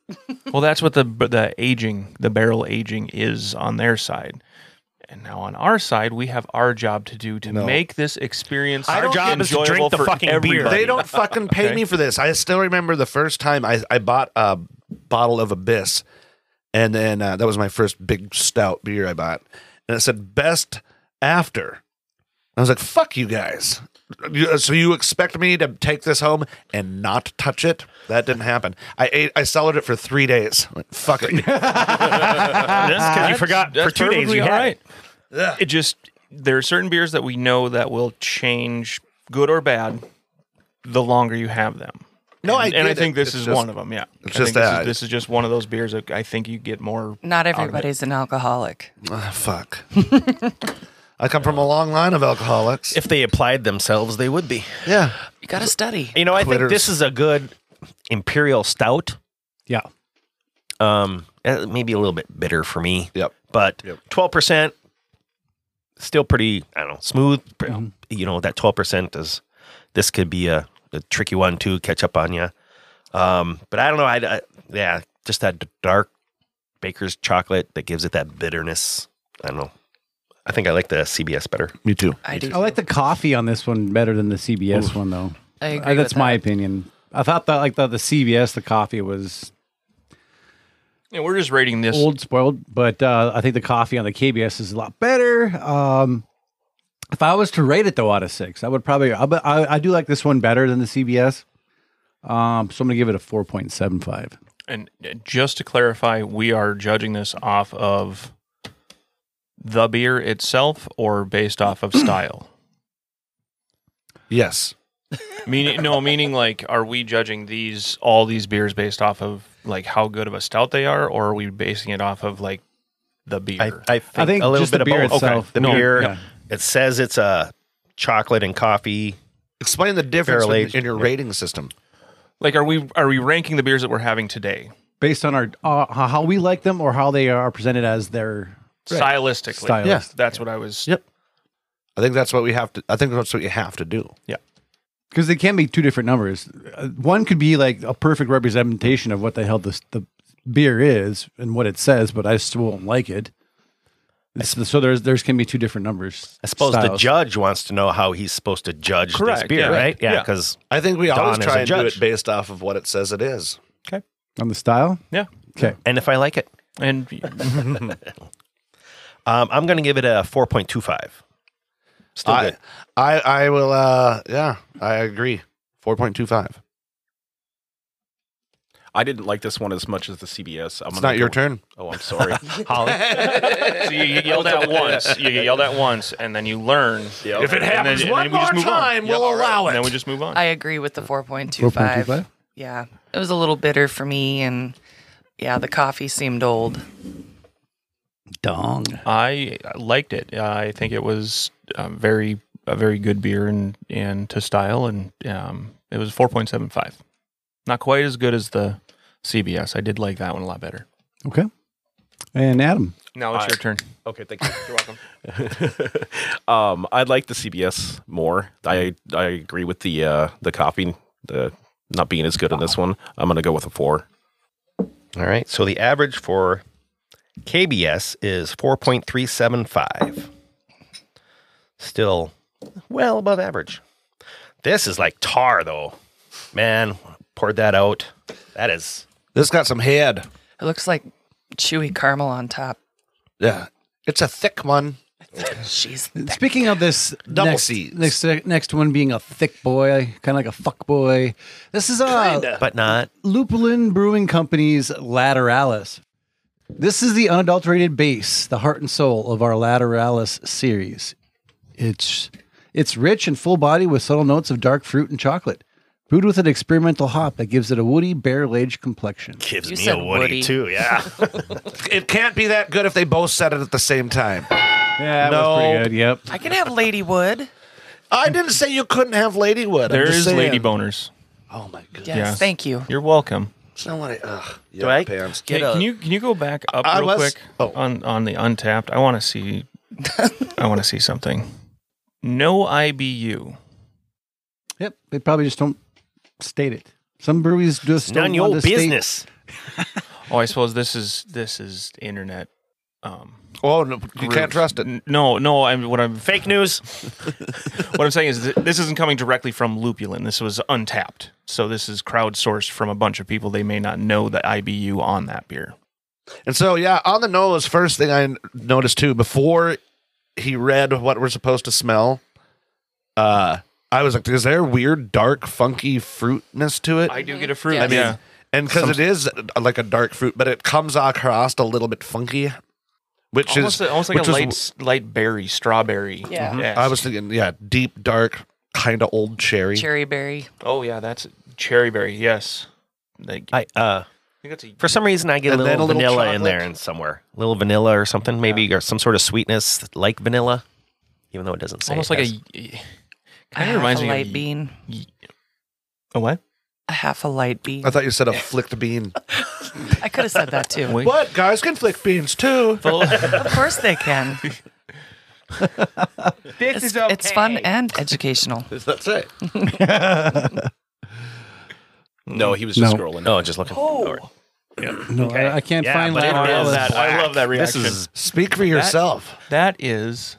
Speaker 9: Well, that's what the the aging, the barrel aging is on their side. And now on our side, we have our job to do to make this experience.
Speaker 5: Our job
Speaker 4: is to drink
Speaker 9: enjoyable
Speaker 4: the
Speaker 9: for
Speaker 4: fucking beer.
Speaker 9: everybody.
Speaker 5: They don't fucking pay
Speaker 9: Okay.
Speaker 5: me for this. I still remember the first time I, I bought a bottle of Abyss, and then uh, that was my first big stout beer I bought, and it said best after. I was like, "Fuck you guys." You- uh, So you expect me to take this home and not touch it? That didn't happen. I ate. I cellared it for three days. I went, Fuck
Speaker 9: [LAUGHS]
Speaker 5: it.
Speaker 4: because you forgot for
Speaker 9: Ah, That's
Speaker 4: two days.
Speaker 9: perfectly
Speaker 4: You
Speaker 9: all
Speaker 4: had.
Speaker 9: right. It just there are certain beers that we know that will change, good or bad, the longer you have them.
Speaker 5: No, I
Speaker 9: and, and I
Speaker 5: get it.
Speaker 9: think this
Speaker 5: It's
Speaker 9: is
Speaker 5: just-
Speaker 9: one of them. Yeah, I
Speaker 5: it's
Speaker 9: think
Speaker 5: just
Speaker 9: this is-
Speaker 5: that.
Speaker 9: this is just one of those beers that I think you get more.
Speaker 6: Not
Speaker 9: of it.
Speaker 6: everybody's an alcoholic.
Speaker 5: Ah, fuck. I come from a long line of alcoholics.
Speaker 9: [LAUGHS]
Speaker 4: If they applied themselves, they would be.
Speaker 5: yeah.
Speaker 6: You got to study.
Speaker 4: You know, I think
Speaker 5: Quitters.
Speaker 4: this is a good imperial stout.
Speaker 1: Yeah.
Speaker 4: Um, eh, maybe a little bit bitter for me.
Speaker 5: Yep.
Speaker 4: But
Speaker 5: Yep.
Speaker 4: twelve percent, still pretty. I don't know, smooth. pr- You know that twelve percent is. This could be a, a tricky one to catch up on you. Um, but I don't know. I, I yeah, just that d- dark baker's chocolate that gives it that bitterness. I don't know. I think I like the CBS better.
Speaker 5: Me too.
Speaker 6: I do.
Speaker 1: I like the coffee on this one better than the CBS one though.
Speaker 6: I agree.
Speaker 1: Uh, that's
Speaker 6: with
Speaker 1: my
Speaker 6: that.
Speaker 1: opinion. I thought that like the, the CBS, the coffee was
Speaker 9: Yeah, we're just rating this.
Speaker 1: old, spoiled, but uh, I think the coffee on the KBS is a lot better. Um, if I was to rate it though out of six, I would probably. I, but I, I do like this one better than the CBS. Um, so I'm gonna give it a four point seven five.
Speaker 9: And just to clarify, we are judging this off of the beer itself or based off of [COUGHS] style.
Speaker 5: Yes.
Speaker 9: meaning, no, meaning like, are we judging these all these beers based off of like how good of a stout they are, or are we basing it off of like the beer?
Speaker 1: I think just the beer itself.
Speaker 4: The
Speaker 1: No,
Speaker 4: beer.
Speaker 1: yeah.
Speaker 4: It says it's a chocolate and coffee.
Speaker 5: Explain the difference
Speaker 4: Barrel
Speaker 5: in,
Speaker 4: aged,
Speaker 5: in your
Speaker 4: yeah.
Speaker 5: rating system.
Speaker 9: like, are we are we ranking the beers that we're having today
Speaker 1: Based on our uh, how- how we like them or how they are presented as their
Speaker 9: stylistically?
Speaker 1: Stylist. Yeah.
Speaker 9: that's what I was.
Speaker 5: Yep. I think that's what we have to. I think that's what you have to do.
Speaker 1: because they can be two different numbers. Uh, One could be like a perfect representation of what the hell this the beer is and what it says, but I still won't like it. It's- so there's there's can be two different numbers.
Speaker 4: I suppose the
Speaker 1: styles.
Speaker 4: judge wants to know how he's supposed to judge
Speaker 9: Correct,
Speaker 4: this beer,
Speaker 9: yeah.
Speaker 4: right? Yeah,
Speaker 9: Yeah.
Speaker 4: because
Speaker 5: I think we
Speaker 4: Don
Speaker 5: always
Speaker 4: is
Speaker 5: try
Speaker 4: a
Speaker 5: and do
Speaker 4: judge.
Speaker 5: it based off of what it says it is.
Speaker 1: on the style.
Speaker 9: Yeah,
Speaker 1: Okay,
Speaker 4: and if I like it,
Speaker 9: [LAUGHS] and
Speaker 4: um, I'm going to give it a 4.25. Still
Speaker 5: I,
Speaker 4: good.
Speaker 5: I I will. uh Yeah, I agree. Four point two five.
Speaker 8: I didn't like this one as much as the CBS. I'm
Speaker 5: It's
Speaker 8: gonna
Speaker 5: not your
Speaker 8: go-
Speaker 5: turn.
Speaker 8: Oh, I'm sorry.
Speaker 5: [LAUGHS]
Speaker 9: so you, you yelled at once, you yelled at once, and then you learn.
Speaker 5: If it happens
Speaker 9: and
Speaker 5: one
Speaker 9: we just
Speaker 5: more
Speaker 9: move on.
Speaker 5: time, we'll allow it.
Speaker 9: And then we just move on.
Speaker 6: I agree with the 4.25.
Speaker 1: 4.25?
Speaker 6: Yeah. It was a little bitter for me. And yeah, the coffee seemed old.
Speaker 1: dong.
Speaker 9: I liked it. I think it was um, very a very good beer and and to style, and um, it was four point seven five. Not quite as good as the CBS. I did like that one a lot better.
Speaker 1: Okay, and Adam.
Speaker 9: Now it's
Speaker 8: I-
Speaker 9: your turn.
Speaker 8: okay, thank you. You're welcome. [LAUGHS] um, I like the CBS more. I I agree with the uh, the coffee the not being as good on this one. I'm gonna go with a four.
Speaker 4: All right. So the average for KBS is 4.375. Still well above average. This is like tar, though. Man, poured that out. That is
Speaker 5: This got some head.
Speaker 6: It looks like chewy caramel on top.
Speaker 5: Yeah, it's a thick one.
Speaker 6: She's
Speaker 1: Speaking of this
Speaker 5: Double
Speaker 1: next,
Speaker 5: Cs.
Speaker 1: next next one being a thick boy, kind of like a fuck boy. This is a
Speaker 4: but not.
Speaker 1: Lupulin Brewing Company's Lateralis. This is the unadulterated base, the heart and soul of our Lateralis series. It's it's rich and full body with subtle notes of dark fruit and chocolate, brewed with an experimental hop that gives it a woody barrel aged complexion.
Speaker 4: Gives
Speaker 6: You
Speaker 4: me
Speaker 6: said
Speaker 4: a Woody,
Speaker 6: Woody.
Speaker 4: too. Yeah.
Speaker 5: It can't be that good if they both said it at the same time.
Speaker 1: Yeah, that
Speaker 5: was pretty No. good,
Speaker 1: Yep.
Speaker 6: I can have Lady Wood.
Speaker 5: I didn't say you couldn't have Ladywood.
Speaker 9: There
Speaker 5: I'm just
Speaker 9: is
Speaker 5: saying.
Speaker 9: lady boners.
Speaker 5: Oh my goodness.
Speaker 6: Yes,
Speaker 9: [LAUGHS] Yes.
Speaker 6: thank you.
Speaker 9: You're welcome.
Speaker 5: Somebody. Ugh. Yeah,
Speaker 4: I-
Speaker 5: pants.
Speaker 9: Hey, can you can you go back up
Speaker 5: I
Speaker 9: real
Speaker 5: was-
Speaker 9: quick
Speaker 5: oh.
Speaker 9: on on the untapped? I want to see. I want to see something. No IBU.
Speaker 1: Yep. They probably just don't state it. Some breweries just
Speaker 4: None
Speaker 1: don't
Speaker 4: your
Speaker 1: want to state-
Speaker 4: business.
Speaker 9: Oh, I suppose this is this is internet. Um,
Speaker 5: Oh, no, you can't
Speaker 9: Groove.
Speaker 5: trust it.
Speaker 9: N- No, no. I'm what I'm
Speaker 4: Fake news.
Speaker 9: what I'm saying is th- this isn't coming directly from Lupulin. This was untapped, so this is crowdsourced from a bunch of people. They may not know the IBU on that beer.
Speaker 5: And so, yeah, on the nose, first thing I n- noticed too, before he read what we're supposed to smell, uh, I was like, is there weird, dark, funky fruitness to it?
Speaker 9: I do get a fruit.
Speaker 6: Yes. I mean,
Speaker 9: yeah.
Speaker 5: and because it is uh, like a dark fruit, but it comes across a little bit funky, which
Speaker 9: Almost,
Speaker 5: is
Speaker 9: almost like
Speaker 5: which
Speaker 9: a
Speaker 5: is-
Speaker 9: light, s- light berry, strawberry.
Speaker 6: Yeah. Mhm.
Speaker 9: Yes.
Speaker 5: I was thinking, yeah, deep, dark, kind of old cherry.
Speaker 6: Cherry berry.
Speaker 9: Oh yeah, that's cherry berry. Yes. Like, I
Speaker 4: I uh
Speaker 9: think that's a
Speaker 4: for some reason I get a
Speaker 5: And
Speaker 4: little,
Speaker 5: then a little
Speaker 4: vanilla in
Speaker 5: chocolate.
Speaker 4: there and somewhere. A little vanilla or something, maybe or some sort of sweetness like vanilla. even though it doesn't say.
Speaker 9: Almost
Speaker 4: it
Speaker 9: like
Speaker 4: has-
Speaker 9: a kind
Speaker 6: I
Speaker 9: of
Speaker 6: have
Speaker 9: reminds
Speaker 6: Ah, a
Speaker 9: me
Speaker 6: light
Speaker 9: of
Speaker 6: bean.
Speaker 9: a what?
Speaker 6: A half a light bean.
Speaker 5: I thought you said a flicked
Speaker 9: [LAUGHS]
Speaker 5: bean.
Speaker 6: I could have said that too.
Speaker 9: Wait.
Speaker 5: What guys can flick beans
Speaker 9: [LAUGHS]
Speaker 5: too?
Speaker 6: Of course they can.
Speaker 7: This
Speaker 6: It's, it's fun and educational.
Speaker 5: That's it.
Speaker 8: No, he was just
Speaker 1: No.
Speaker 8: scrolling.
Speaker 4: No, just looking. forward.
Speaker 1: No, I, I can't find
Speaker 4: but
Speaker 1: Lyle
Speaker 4: it is
Speaker 1: Ellis.
Speaker 4: that- I love that reaction. This is
Speaker 5: Speak for yourself.
Speaker 9: That is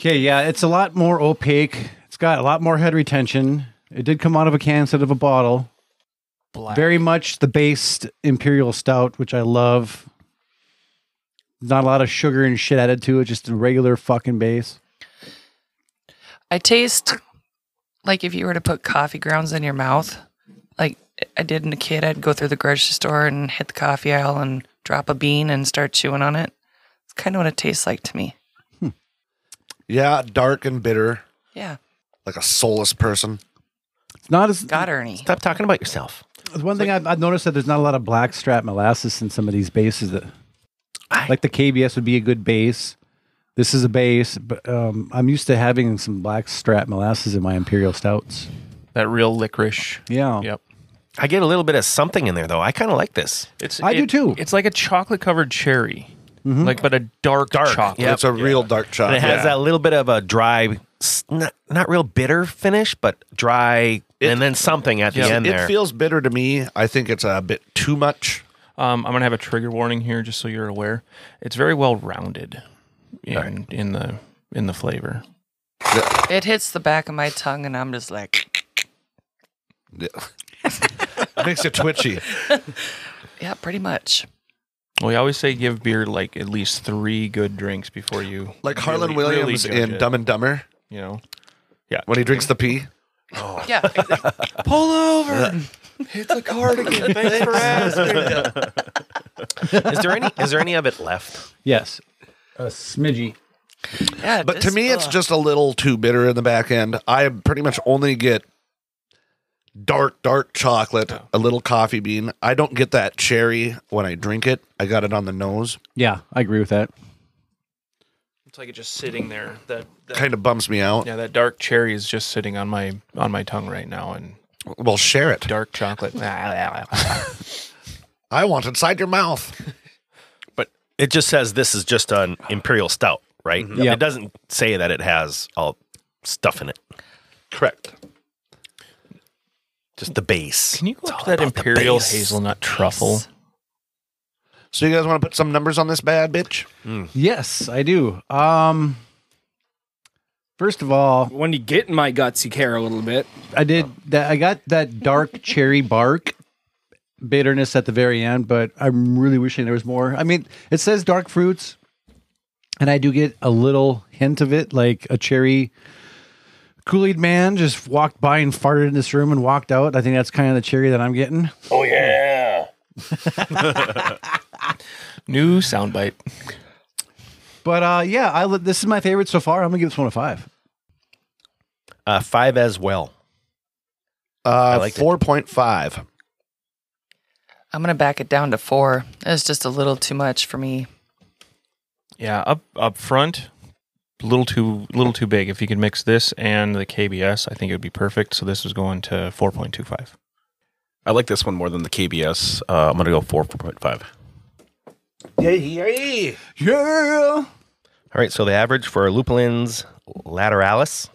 Speaker 1: Okay, yeah, it's a lot more opaque. It's got a lot more head retention. It did come out of a can instead of a bottle.
Speaker 9: black.
Speaker 1: Very much the based imperial stout, which I love. Not a lot of sugar and shit added to it, just a regular fucking base.
Speaker 6: I taste like if you were to put coffee grounds in your mouth, like I did in a kid, I'd go through the grocery store and hit the coffee aisle and drop a bean and start chewing on it. It's kind of what it tastes like to me.
Speaker 5: Yeah, dark and bitter,
Speaker 6: Yeah.
Speaker 5: like a soulless person.
Speaker 1: It's not as
Speaker 6: God, Ernie.
Speaker 4: Stop talking about yourself.
Speaker 1: It's one thing I've, I've noticed that there's not a lot of blackstrap molasses in some of these bases. That, like the KBS would be a good base. This is a base, but um, I'm used to having some blackstrap molasses in my imperial stouts.
Speaker 9: that real licorice.
Speaker 1: Yeah,
Speaker 9: Yep.
Speaker 4: I get a little bit of something in there though. I kind of like this.
Speaker 9: It's
Speaker 1: I do
Speaker 9: it-
Speaker 1: too.
Speaker 9: It's like a chocolate covered cherry. Like but a dark,
Speaker 4: Dark,
Speaker 9: chocolate.
Speaker 4: yeah. Yep.
Speaker 5: It's a real dark
Speaker 4: And it
Speaker 9: Uh,
Speaker 5: chocolate.
Speaker 4: has that little bit of a dry, s- not not real bitter finish, but dry, and then something at the
Speaker 9: Yeah.
Speaker 4: end there.
Speaker 5: It feels bitter to me. I think it's a bit too much.
Speaker 9: Um, I'm gonna have a trigger warning here, just so you're aware. It's very well rounded in in the in the flavor.
Speaker 6: It hits the back of my tongue and I'm just like,
Speaker 5: makes it twitchy.
Speaker 6: yeah, pretty much.
Speaker 9: We always say give beer like at least three good drinks before you
Speaker 5: Like Harlan
Speaker 9: really- really
Speaker 5: Williams
Speaker 9: judge
Speaker 5: in
Speaker 9: it,
Speaker 5: Dumb and Dumber
Speaker 9: You know,
Speaker 5: when he drinks the pee.
Speaker 6: Yeah.
Speaker 9: [LAUGHS] pull over. it's a cardigan. Thanks for asking.
Speaker 4: Is there any is there any of it left?
Speaker 1: Yes, a smidgy.
Speaker 6: yeah
Speaker 5: But to me,
Speaker 6: uh,
Speaker 5: it's just a little too bitter in the back end. I pretty much only get dark, dark chocolate, a little coffee bean. I don't get that cherry when I drink it. I got it on the nose.
Speaker 1: Yeah, I agree with that.
Speaker 9: It's like it's just sitting there. That, that
Speaker 5: Kind of bumps me out.
Speaker 9: yeah, that dark cherry is just sitting on my on my tongue right now, and
Speaker 5: Well, share it.
Speaker 9: dark chocolate.
Speaker 5: I want inside your mouth.
Speaker 4: It just says this is just an imperial stout, right?
Speaker 1: Yeah.
Speaker 4: It doesn't say that it has all stuff in it.
Speaker 5: Correct.
Speaker 4: Just the base.
Speaker 9: Can you go up
Speaker 4: all
Speaker 9: to that
Speaker 4: about the
Speaker 9: imperial
Speaker 4: base.
Speaker 9: hazelnut truffle?
Speaker 5: So you guys want to put some numbers on this bad bitch?
Speaker 1: Yes, I do. Um, first of all,
Speaker 2: When you get in my guts, you care a little bit.
Speaker 1: I did that. I got that dark cherry bark bitterness at the very end, but I'm really wishing there was more. I mean, it says dark fruits, and I do get a little hint of it, like a cherry. Kool Aid Man just walked by and farted in this room and walked out. I think that's kind of the cherry that I'm getting.
Speaker 9: New soundbite.
Speaker 1: But uh, yeah, I li- this is my favorite so far. I'm gonna give this one a five.
Speaker 4: Uh, five as well.
Speaker 5: Uh,
Speaker 4: liked it.
Speaker 5: 4.5.
Speaker 6: I'm going to back it down to four. It's just a little too much for me.
Speaker 9: Yeah, up up front, little too little too big. If you could mix this and the KBS, I think it would be perfect. So this is going to four point two five.
Speaker 8: I like this one more than the KBS. Uh, I'm gonna go four four point five.
Speaker 1: Yeah.
Speaker 4: All right, so the average for Lupulins lateralis,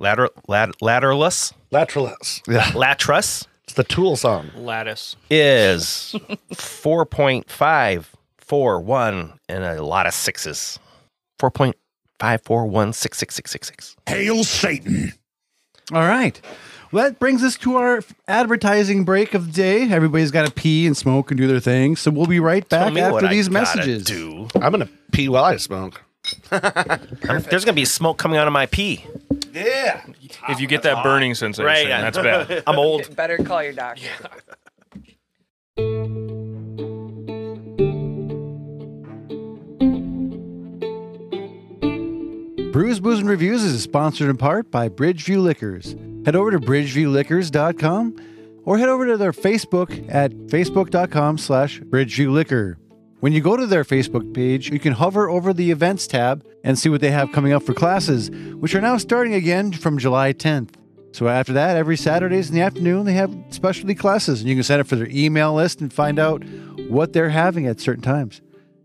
Speaker 4: later, lat, lateralus,
Speaker 5: Lateralus. Yeah.
Speaker 4: latrus
Speaker 5: It's the Tool song.
Speaker 9: Lattice.
Speaker 4: is 4.541 and a lot of sixes. 4.5416666.
Speaker 1: All right. Well, that brings us to our advertising break of the day. Everybody's got to pee and smoke and do their thing, so we'll be right
Speaker 4: Tell
Speaker 1: back
Speaker 4: me what
Speaker 1: after
Speaker 4: I
Speaker 1: these
Speaker 4: gotta
Speaker 1: messages.
Speaker 4: do.
Speaker 5: I'm going to pee while I smoke.
Speaker 4: I'm- there's going to be smoke coming out of my pee.
Speaker 5: Yeah.
Speaker 9: If you get that burning sensation,
Speaker 4: Right, yeah.
Speaker 9: that's [LAUGHS] bad.
Speaker 4: I'm old.
Speaker 6: Better call your doctor.
Speaker 1: Brews, Booze, and Reviews is sponsored in part by Bridgeview Liquors. Head over to bridgeviewliquors.com or head over to their Facebook at facebook.com slash bridgeviewliquor. When you go to their Facebook page, you can hover over the events tab and see what they have coming up for classes, which are now starting again from July 10th. So after that, every Saturdays in the afternoon, they have specialty classes, and you can sign up for their email list and find out what they're having at certain times.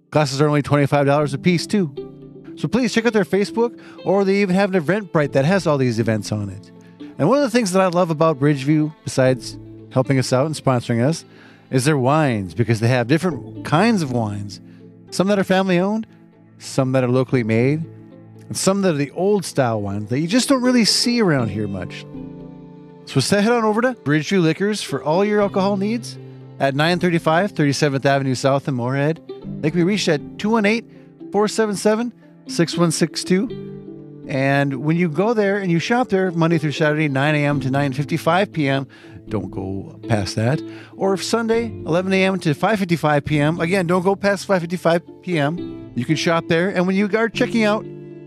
Speaker 1: Classes are only $25 a piece, too. So please check out their Facebook, or they even have an Eventbrite that has all these events on it. And one of the things that I love about Bridgeview, besides helping us out and sponsoring us, is their wines because they have different kinds of wines. Some that are family owned, some that are locally made, and some that are the old style wines that you just don't really see around here much. So s- head on over to Bridgeview Liquors for all your alcohol needs at 935 37th Avenue South in Moorhead. They can be reached at 218 477 6162. And when you go there and you shop there Monday through Saturday, 9 a.m. to 9.55 p.m., don't go past that. Or if Sunday, 11 a.m. to 5.55 p.m., again, don't go past 5.55 p.m. You can shop there. And when you are checking out,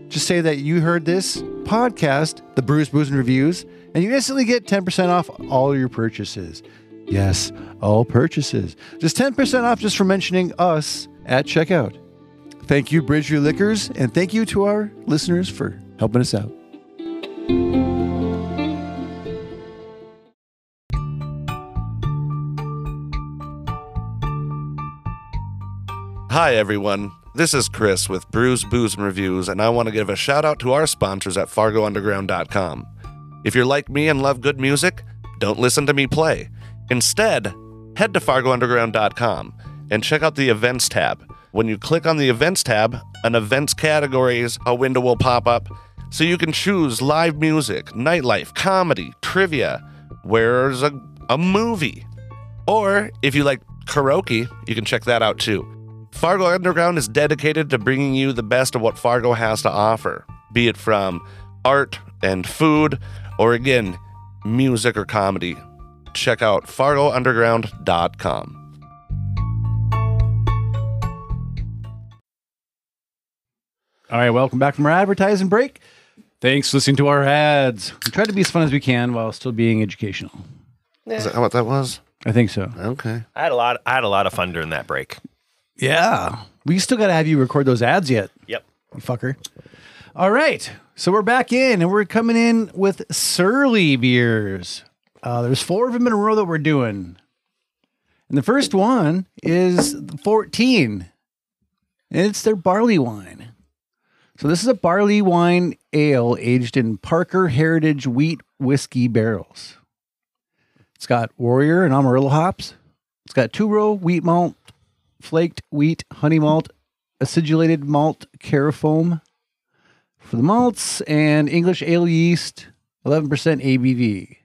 Speaker 1: just say that you heard this podcast, The Brews, Booze, and Reviews, and you instantly get 10% off all your purchases. Yes, all purchases. Just 10% off just for mentioning us at checkout. Thank you, Bridgeview Liquors, and thank you to our listeners for helping us out.
Speaker 5: Hi, everyone. This is Chris with Brews, Booze, and Reviews, and I want to give a shout out to our sponsors at FargoUnderground.com. If you're like me and love good music, don't listen to me play. Instead, head to FargoUnderground.com and check out the Events tab. When you click on the Events tab, an Events Categories a window will pop up, so you can choose live music, nightlife, comedy, trivia. Where's a, a movie? Or if you like karaoke, you can check that out too. Fargo Underground is dedicated to bringing you the best of what Fargo has to offer, be it from art and food, or again, music or comedy. Check out fargounderground.com.
Speaker 1: All right, welcome back from our advertising break. Thanks for listening to our ads. We try to be as fun as we can while still being educational.
Speaker 5: Is that what that was?
Speaker 1: I think so.
Speaker 5: Okay.
Speaker 4: I had a lot. I had a lot of fun during that break.
Speaker 1: Yeah. We still got to have you record those ads yet.
Speaker 4: Yep.
Speaker 1: You fucker. All right. So we're back in and we're coming in with Surly beers. Uh, there's four of them in a row that we're doing. And the first one is 14. And it's their barley wine. So this is a barley wine ale aged in Parker Heritage wheat whiskey barrels. It's got Warrior and Amarillo hops. It's got two row wheat malt, flaked wheat, honey malt, acidulated malt carafoam for the malts, and English ale yeast, 11% ABV.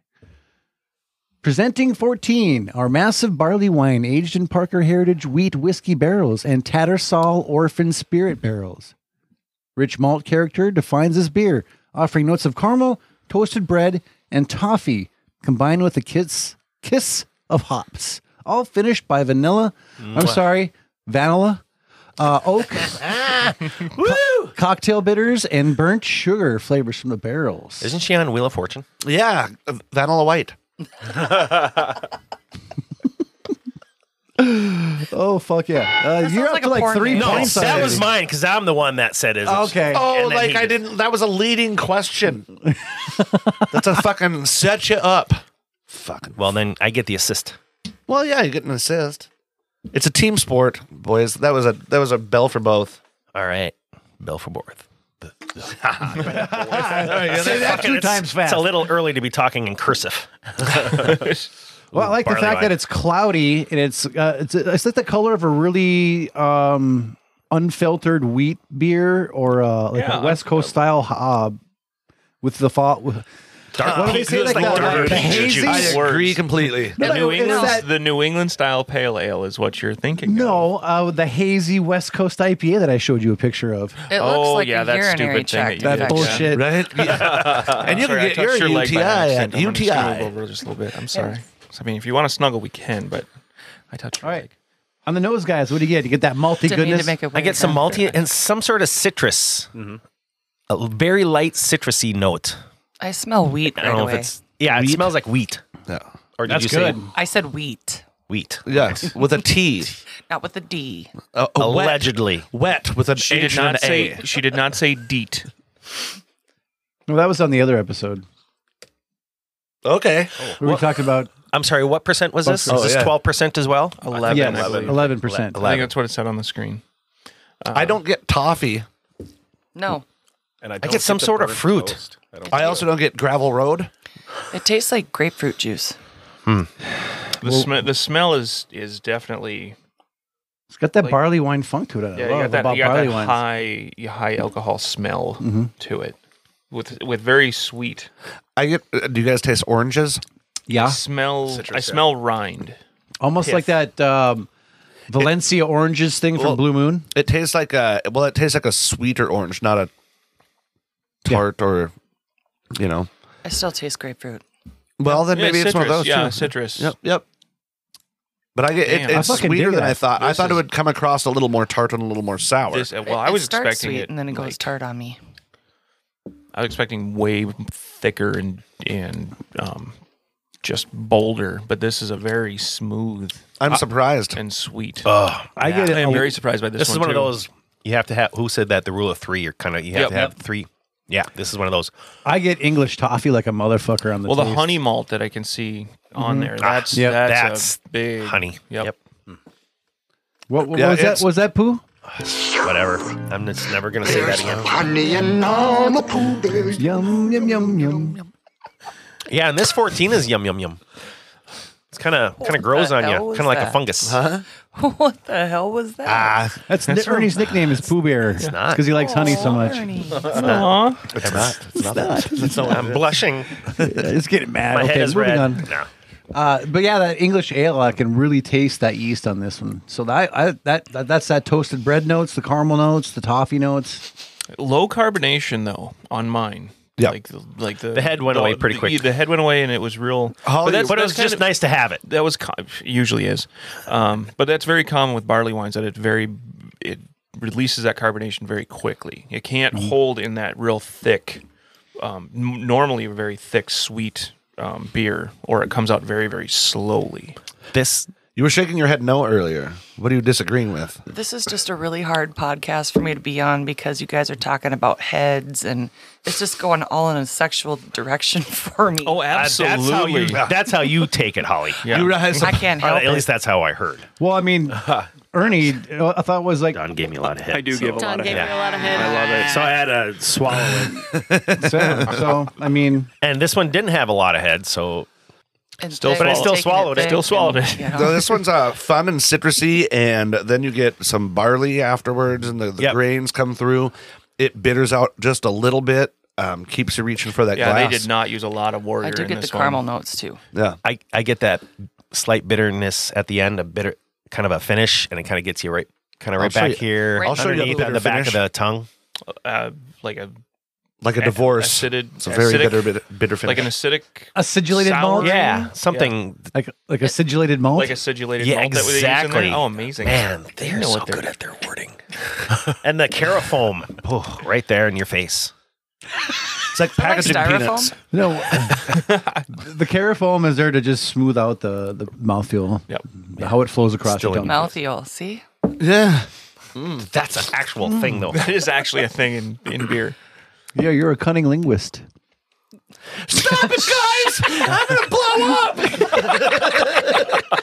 Speaker 1: Presenting 14 are massive barley wine aged in Parker Heritage wheat whiskey barrels and Tattersall Orphan Spirit barrels. Rich malt character defines this beer, offering notes of caramel, toasted bread, and toffee, combined with a kiss kiss of hops. All finished by vanilla. I'm sorry, vanilla, uh,
Speaker 6: [LAUGHS]
Speaker 1: oak, co- cocktail bitters, and burnt sugar flavors from the barrels.
Speaker 4: Isn't she on Wheel of Fortune?
Speaker 5: Yeah, Vanilla White.
Speaker 1: oh fuck yeah! Uh, you're up
Speaker 6: like
Speaker 1: to
Speaker 6: a
Speaker 1: like
Speaker 6: porn
Speaker 1: three
Speaker 6: name. No,
Speaker 1: points.
Speaker 4: that
Speaker 1: already.
Speaker 4: was mine because I'm the one that said is
Speaker 1: okay.
Speaker 5: Oh,
Speaker 4: And then
Speaker 5: like
Speaker 4: he
Speaker 5: I
Speaker 4: just-
Speaker 5: didn't. That was a leading question. [LAUGHS] That's a fucking set you up. Fucking.
Speaker 4: Well, then I get the assist.
Speaker 5: Well, yeah, you get an assist. It's a team sport, boys. That was a that was a bell for both.
Speaker 4: All right, Bill for Borth.
Speaker 1: Say that two times
Speaker 4: It's
Speaker 1: fast.
Speaker 4: a little early to be talking in cursive.
Speaker 1: Well, I like the
Speaker 4: barley
Speaker 1: fact
Speaker 4: wine.
Speaker 1: that it's cloudy and it's uh, it's it's like the color of a really um, unfiltered wheat beer or uh, like
Speaker 9: Yeah,
Speaker 1: a West Coast style hob with the fall.
Speaker 4: Dark
Speaker 1: What do they
Speaker 4: oak
Speaker 1: say,
Speaker 4: is
Speaker 1: like that,
Speaker 4: dark
Speaker 1: like
Speaker 4: oak
Speaker 1: hazy?
Speaker 4: juice.
Speaker 5: I agree
Speaker 9: Words.
Speaker 5: completely.
Speaker 1: No, no,
Speaker 9: The New
Speaker 1: it's
Speaker 9: England's
Speaker 1: that-
Speaker 9: the New England style pale ale is what you're thinking. of.
Speaker 1: No, uh, the hazy West Coast IPA that I showed you a picture of.
Speaker 6: It looks
Speaker 9: Oh,
Speaker 6: like
Speaker 9: yeah,
Speaker 6: a
Speaker 9: that
Speaker 6: urinary
Speaker 9: stupid thing
Speaker 6: tract
Speaker 9: that you
Speaker 1: That
Speaker 9: Yeah.
Speaker 6: infection.
Speaker 1: bullshit.
Speaker 5: Right? and you
Speaker 9: Sorry,
Speaker 5: can
Speaker 9: I
Speaker 5: get your,
Speaker 9: touched your leg
Speaker 5: UTI
Speaker 9: by
Speaker 5: at
Speaker 9: accident. I'm just gonna move
Speaker 5: UTI.
Speaker 9: over just a little bit. I'm sorry. So, I mean, if you want to snuggle, we can, but I touched your
Speaker 1: All right.
Speaker 9: leg.
Speaker 1: On the nose, guys, what do you get? You get that malty
Speaker 6: Didn't mean to
Speaker 1: goodness.
Speaker 6: make a
Speaker 4: I get
Speaker 6: weird
Speaker 4: some
Speaker 6: sound.
Speaker 4: malty and some sort of citrus, a very light citrusy note.
Speaker 6: I smell wheat
Speaker 4: I
Speaker 6: right
Speaker 4: don't know
Speaker 6: away.
Speaker 4: if it's yeah. It smells like wheat. Or did
Speaker 1: That's
Speaker 4: you
Speaker 1: good.
Speaker 4: say
Speaker 6: I said wheat.
Speaker 4: Wheat.
Speaker 5: Yes, with a T.
Speaker 6: Not with a D.
Speaker 5: A, a wet,
Speaker 4: Allegedly.
Speaker 5: wet with an
Speaker 9: She
Speaker 5: H
Speaker 9: did
Speaker 5: and
Speaker 9: not
Speaker 5: an
Speaker 9: say.
Speaker 5: A.
Speaker 9: She did not say deet.
Speaker 11: No, that was on the other episode.
Speaker 5: Okay.
Speaker 11: Where we talked about
Speaker 4: I'm sorry, what percent was this?
Speaker 5: Oh,
Speaker 4: Is this
Speaker 5: yeah.
Speaker 4: 12% as well?
Speaker 9: Eleven.
Speaker 11: yes,
Speaker 9: I, believe.
Speaker 11: eleven percent.
Speaker 9: I think that's what it said on the screen.
Speaker 5: I don't get toffee.
Speaker 6: No,
Speaker 7: And
Speaker 4: I
Speaker 7: don't
Speaker 4: get some
Speaker 7: the
Speaker 4: sort of
Speaker 7: burnt
Speaker 4: fruit.
Speaker 7: toast. I don't
Speaker 5: I also don't get gravel road.
Speaker 6: it tastes like grapefruit juice.
Speaker 9: The, sm- the smell is is definitely.
Speaker 11: It's got that
Speaker 9: Like-
Speaker 11: barley wine funk to it. I
Speaker 9: Yeah,
Speaker 11: love
Speaker 9: you got that,
Speaker 11: about
Speaker 9: you got
Speaker 11: barley
Speaker 9: that
Speaker 11: wines.
Speaker 9: high
Speaker 5: Mm-hmm.
Speaker 9: high alcohol smell to it, with with very sweet
Speaker 5: I get. uh, Do you guys taste oranges?
Speaker 11: Yeah,
Speaker 9: smell. I smell rind.
Speaker 11: almost like that um, Valencia oranges thing from
Speaker 5: Well-
Speaker 11: Blue Moon.
Speaker 5: It tastes like a well. It tastes like a sweeter orange, not a tart or you know.
Speaker 6: I still taste grapefruit.
Speaker 5: Well, then
Speaker 9: Yeah,
Speaker 5: maybe it's one of
Speaker 9: citrus,
Speaker 5: those
Speaker 9: yeah,
Speaker 5: too.
Speaker 9: citrus.
Speaker 5: Yep. Yep. But I get
Speaker 9: Damn.
Speaker 5: it,
Speaker 9: I
Speaker 5: it's
Speaker 11: fucking
Speaker 5: sweeter
Speaker 11: dig
Speaker 5: than
Speaker 11: that.
Speaker 5: I thought. I
Speaker 9: This
Speaker 5: thought it
Speaker 9: is-
Speaker 5: would come across a little more tart and a little more sour.
Speaker 9: This, well,
Speaker 6: It-
Speaker 9: I
Speaker 6: it
Speaker 9: was
Speaker 6: starts
Speaker 9: expecting
Speaker 6: sweet
Speaker 9: it,
Speaker 6: and then it goes
Speaker 9: like-
Speaker 6: tart on me. [LAUGHS]
Speaker 9: I was expecting way thicker and and um, just bolder, but this is a very smooth
Speaker 5: I'm surprised.
Speaker 9: and sweet.
Speaker 5: Oh.
Speaker 11: I get it. Oh,
Speaker 9: I am
Speaker 11: a-
Speaker 9: very surprised by this.
Speaker 4: This is one of
Speaker 9: too.
Speaker 4: those you have to have. Who said that? The rule of three. You're kind of you have
Speaker 9: Yep.
Speaker 4: to have three. Yeah, this is one of those.
Speaker 11: I get English toffee like a motherfucker on the.
Speaker 9: Well, the
Speaker 11: taste.
Speaker 9: honey malt that I can see
Speaker 5: Mm-hmm.
Speaker 9: on there.
Speaker 5: Ah,
Speaker 9: That's
Speaker 11: yep.
Speaker 9: that's,
Speaker 4: That's
Speaker 9: a big
Speaker 4: honey.
Speaker 9: Yep.
Speaker 4: Yep.
Speaker 11: What, what
Speaker 5: Yeah,
Speaker 11: was that?
Speaker 5: it's-
Speaker 11: Was that poo?
Speaker 4: Whatever. I'm just never gonna say that again.
Speaker 11: Yum yum yum yum.
Speaker 4: Yeah, and this 14 is yum yum yum. It's kind of kind of grows
Speaker 6: the
Speaker 4: on you,
Speaker 6: hell was
Speaker 4: kind of like a
Speaker 6: that?
Speaker 4: fungus.
Speaker 6: what the hell was that?
Speaker 5: Ah,
Speaker 11: That's, Oh, Ernie's nickname is Pooh Bear. It's
Speaker 4: not.
Speaker 11: because he likes honey so much.
Speaker 6: Ernie.
Speaker 9: Aw.
Speaker 5: it's not. It's not.
Speaker 4: So I'm blushing.
Speaker 11: [LAUGHS] It's getting mad.
Speaker 4: My
Speaker 11: okay,
Speaker 4: head is
Speaker 11: moving
Speaker 4: red.
Speaker 11: on.
Speaker 4: No.
Speaker 11: Uh, but yeah, that English ale, I can really taste that yeast on this one. So that, I, that that that's that toasted bread notes, the caramel notes, the toffee notes.
Speaker 9: Low carbonation though on mine.
Speaker 5: Yep.
Speaker 9: Like the like the,
Speaker 4: The head went away pretty
Speaker 9: the-
Speaker 4: quick.
Speaker 9: The head went away and it was real.
Speaker 5: Holly,
Speaker 9: that's-
Speaker 4: But it
Speaker 9: that's
Speaker 4: was
Speaker 9: kind
Speaker 4: just
Speaker 9: of-
Speaker 4: nice to have it.
Speaker 9: that was co- usually is, um, but that's very common with barley wines. That it very it releases that carbonation very quickly. It can't
Speaker 5: Mm-hmm.
Speaker 9: hold in that real thick, um, n- normally a very thick sweet um, beer, or it comes out very very slowly.
Speaker 4: This
Speaker 5: You were shaking your head no earlier. What are you disagreeing with?
Speaker 6: This is just a really hard podcast for me to be on because you guys are talking about heads and it's just going all in a sexual direction [LAUGHS] for me.
Speaker 9: Oh,
Speaker 4: uh, that's how you that's how you take it, Holly.
Speaker 9: Yeah.
Speaker 6: I can't
Speaker 4: Or
Speaker 6: help
Speaker 4: at
Speaker 6: it.
Speaker 4: least that's how I heard.
Speaker 11: Well, I mean, Ernie, uh, I thought was like
Speaker 4: Don gave me a lot of head.
Speaker 9: I do give a lot of
Speaker 12: gave
Speaker 4: Yeah.
Speaker 12: me a lot of head.
Speaker 4: So I had to swallow it.
Speaker 11: seven. so. I mean,
Speaker 4: [LAUGHS] And this one didn't have a lot of head, so
Speaker 6: And
Speaker 4: Still
Speaker 6: thick,
Speaker 4: but I still
Speaker 6: taking
Speaker 4: swallowed it.
Speaker 6: thick
Speaker 4: Still swallowed
Speaker 6: and,
Speaker 4: it.
Speaker 6: you know.
Speaker 5: So this one's uh, fun and citrusy, and then you get some barley afterwards, and the, the
Speaker 4: Yep.
Speaker 5: grains come through. It bitters out just a little bit, um, keeps you reaching for that
Speaker 9: Yeah,
Speaker 5: glass.
Speaker 9: they did not use a lot of warrior.
Speaker 6: I do
Speaker 9: in
Speaker 6: get the
Speaker 9: this
Speaker 6: caramel
Speaker 9: One.
Speaker 6: notes too.
Speaker 5: Yeah,
Speaker 4: I, I get that slight bitterness at the end, a bitter kind of a finish, and it kind of gets you right kind of right
Speaker 5: show
Speaker 4: back
Speaker 5: you-
Speaker 4: here,
Speaker 6: I'll show you a
Speaker 4: underneath on
Speaker 5: bitter
Speaker 4: the back of
Speaker 5: finish.
Speaker 4: the tongue.
Speaker 9: Uh, like a
Speaker 5: like a divorce.
Speaker 9: acided,
Speaker 5: it's a very
Speaker 9: acidic-
Speaker 5: bitter, bitter, bitter finish.
Speaker 9: like [LAUGHS] an acidic,
Speaker 11: acidulated
Speaker 9: Sour.
Speaker 11: malt.
Speaker 4: Yeah, something.
Speaker 11: like like acidulated malt.
Speaker 9: like acidulated
Speaker 4: Yeah,
Speaker 9: malt that they use in there.
Speaker 4: exactly.
Speaker 9: Oh, amazing!
Speaker 4: Man, they're
Speaker 9: know
Speaker 4: so
Speaker 9: what they're-
Speaker 4: good at their wording. and the carafoam, oh, right there in your face.
Speaker 5: it's like packaging
Speaker 6: styrofoam?
Speaker 5: peanuts.
Speaker 11: no, the carafoam is there to just smooth out the the mouthfeel.
Speaker 9: Yep.
Speaker 11: How it flows across
Speaker 4: Still
Speaker 11: your
Speaker 4: in
Speaker 11: tongue.
Speaker 6: Mouthial, see?
Speaker 5: Yeah,
Speaker 4: That's an actual thing, though.
Speaker 9: It is actually a thing in, in beer.
Speaker 11: Yeah, you're a cunning linguist.
Speaker 5: stop it, guys! I'm gonna blow up.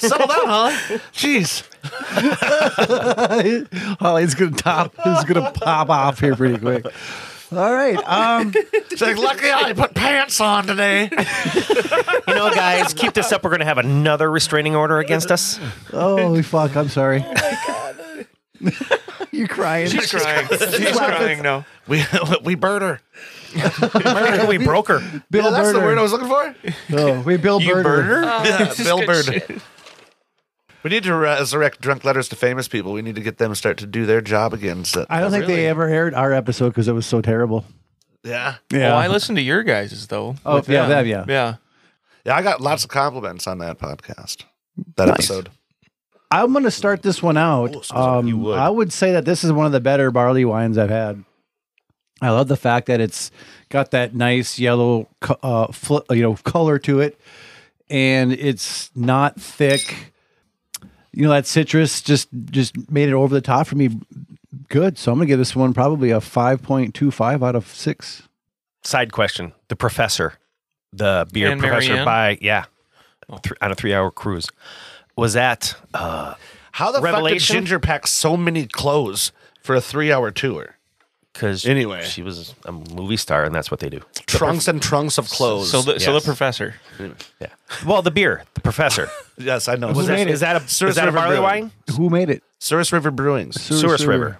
Speaker 5: Settle down, Holly. Jeez.
Speaker 11: [LAUGHS] Holly's gonna top. It's gonna pop off here pretty quick. All right. Um,
Speaker 5: It's like lucky I put pants on today.
Speaker 4: You know, guys, keep this up. We're going to have another restraining order against us.
Speaker 11: holy fuck! I'm sorry. [LAUGHS] you're crying.
Speaker 9: She's crying. She's crying now.
Speaker 5: We we bird her.
Speaker 4: we broke her.
Speaker 11: Bill
Speaker 5: Yeah, that's the word I
Speaker 11: Burder.
Speaker 5: was looking
Speaker 9: [LAUGHS]
Speaker 5: for.
Speaker 11: Oh, we Bill
Speaker 9: You
Speaker 11: Burder.
Speaker 9: burner?
Speaker 5: Yeah, Bill
Speaker 9: good
Speaker 5: Bird. We need to resurrect drunk letters to famous people. We need to get them to start to do their job again. So,
Speaker 11: I don't think they ever aired our episode because it was so terrible.
Speaker 5: yeah.
Speaker 11: Yeah.
Speaker 9: Oh, I listened to your guys' though.
Speaker 11: Oh,
Speaker 9: with
Speaker 11: yeah, them, yeah.
Speaker 9: yeah.
Speaker 5: Yeah, I got lots of compliments on that podcast. That episode.
Speaker 11: I'm going to start this one out. um, I would say that this is one of the better barley wines I've had. I love the fact that it's got that nice yellow, co- uh, fl- you know, color to it, and it's not thick. You know that citrus just just made it over the top for me. Good, so I'm gonna give this one probably a five point two five out of six.
Speaker 7: Side question: The professor, the beer
Speaker 9: Anne
Speaker 7: professor
Speaker 9: Marianne?
Speaker 7: by yeah, thr- on a three-hour cruise, was that uh,
Speaker 5: How the
Speaker 7: Revelation?
Speaker 5: fuck did Ginger pack so many clothes for a three-hour tour?
Speaker 7: because
Speaker 5: Anyway.
Speaker 7: she was a movie star, and that's what they do.
Speaker 5: Trunks and trunks of clothes.
Speaker 9: So the so the
Speaker 7: yes.
Speaker 9: professor.
Speaker 7: Yeah. Well, the beer, the professor.
Speaker 5: yes, I know.
Speaker 11: Who
Speaker 5: Is that-
Speaker 11: made it?
Speaker 5: is that a
Speaker 7: Is that a barley
Speaker 5: Brewing?
Speaker 7: wine?
Speaker 11: Who made it?
Speaker 5: Cirrus River Brewings.
Speaker 7: Souris River.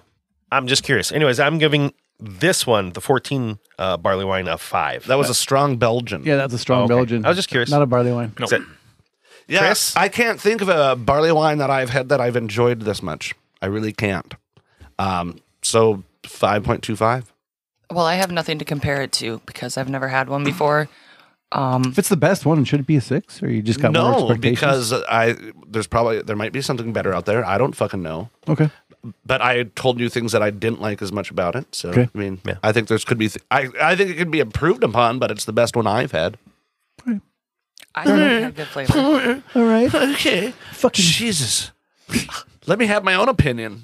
Speaker 7: I'm just curious. Anyways, I'm giving this one, the 14 uh, barley wine, a five.
Speaker 5: That was a strong Belgian.
Speaker 11: Yeah, that's a strong
Speaker 7: Oh, okay.
Speaker 11: Belgian.
Speaker 7: I was just curious.
Speaker 11: Not a barley wine.
Speaker 9: No.
Speaker 7: that-
Speaker 5: Yeah,
Speaker 7: Chris?
Speaker 5: I can't think of a barley wine that I've had that I've enjoyed this much. I really can't. Um, so five point two five.
Speaker 6: Well, I have nothing to compare it to because I've never had one before. Um,
Speaker 11: If it's the best one, should it be a six? Or you just got more
Speaker 5: No,
Speaker 11: expectations?
Speaker 5: because I there's probably there might be something better out there. I don't fucking know.
Speaker 11: okay,
Speaker 5: But I told you things that I didn't like as much about it. So
Speaker 11: Okay.
Speaker 5: I mean,
Speaker 7: Yeah.
Speaker 5: I think there's could be. Th- I I think it could be improved upon, but it's the best one I've had.
Speaker 6: I don't know if it had good flavor.
Speaker 11: all right.
Speaker 5: Okay,
Speaker 11: Fucking
Speaker 5: Jesus. Let me have my own opinion.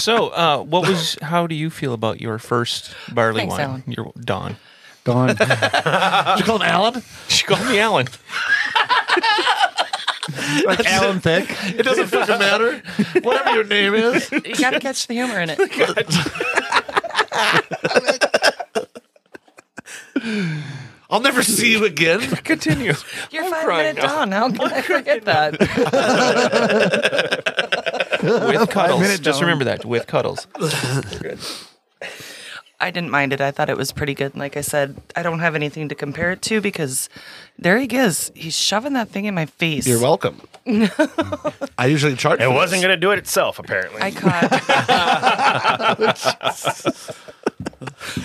Speaker 9: So uh, what was? How do you feel about your first barley
Speaker 6: Thanks,
Speaker 9: wine?
Speaker 6: Alan.
Speaker 9: Your Don.
Speaker 11: gone.
Speaker 5: Did you call him Alan?
Speaker 9: She called me Alan.
Speaker 11: like Alan Thick.
Speaker 5: It doesn't fucking matter. Whatever your name is.
Speaker 6: you gotta catch the humor in it.
Speaker 5: I'll never see you again.
Speaker 9: Continue.
Speaker 6: You're
Speaker 9: I'm
Speaker 6: five
Speaker 9: crying
Speaker 6: minutes on. How can I forget that?
Speaker 9: with cuddles.
Speaker 11: minute
Speaker 9: Just
Speaker 11: Don.
Speaker 9: remember that with cuddles.
Speaker 6: I didn't mind it. I thought it was pretty good. Like I said, I don't have anything to compare it to because there he is. He's shoving that thing in my face.
Speaker 5: You're
Speaker 7: [LAUGHS]
Speaker 5: welcome. I usually charge.
Speaker 7: It wasn't going to do it itself, apparently.
Speaker 6: I caught.
Speaker 5: [LAUGHS]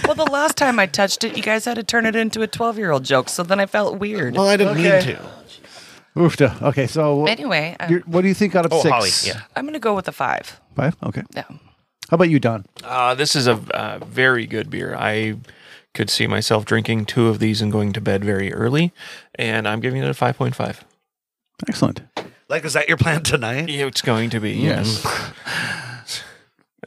Speaker 6: well, the last time I touched it, you guys had to turn it into a 12 year old joke. So then I felt weird.
Speaker 5: Well, I didn't
Speaker 7: Okay.
Speaker 5: mean to.
Speaker 11: Oofta. Okay, so wh-
Speaker 6: anyway, I,
Speaker 11: you're- what do you think out of
Speaker 7: oh,
Speaker 11: six?
Speaker 7: Holly. Yeah.
Speaker 6: I'm going to go with a five.
Speaker 11: Five. Okay.
Speaker 6: Yeah.
Speaker 11: How about you, Don?
Speaker 9: Uh, this is a uh, very good beer. I could see myself drinking two of these and going to bed very early, and I'm giving it a 5.5.
Speaker 11: Excellent.
Speaker 7: Mm.
Speaker 5: Like, is that your plan tonight?
Speaker 9: Yeah, It's going to be, yes.